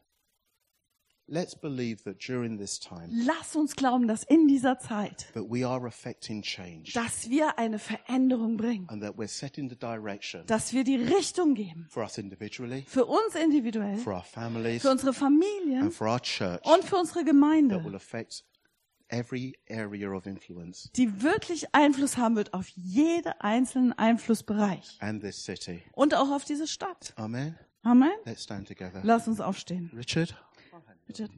Speaker 1: Let's believe that during this time
Speaker 2: Lass uns glauben, dass in dieser Zeit,
Speaker 1: that we are affecting change
Speaker 2: dass wir eine Veränderung bringen.
Speaker 1: and that we're setting the direction
Speaker 2: Dass wir die Richtung geben.
Speaker 1: for us individually,
Speaker 2: Für uns individuell,
Speaker 1: for our families,
Speaker 2: für unsere Familien
Speaker 1: and for our church
Speaker 2: und für unsere
Speaker 1: that will
Speaker 2: Gemeinde,
Speaker 1: affect every area of influence
Speaker 2: die wirklich Einfluss haben wird auf jeden einzelnen Einflussbereich
Speaker 1: and this city.
Speaker 2: und auch auf diese Stadt.
Speaker 1: Amen.
Speaker 2: Amen.
Speaker 1: Let's stand together.
Speaker 2: Lass uns aufstehen.
Speaker 1: Richard?
Speaker 2: Bitte.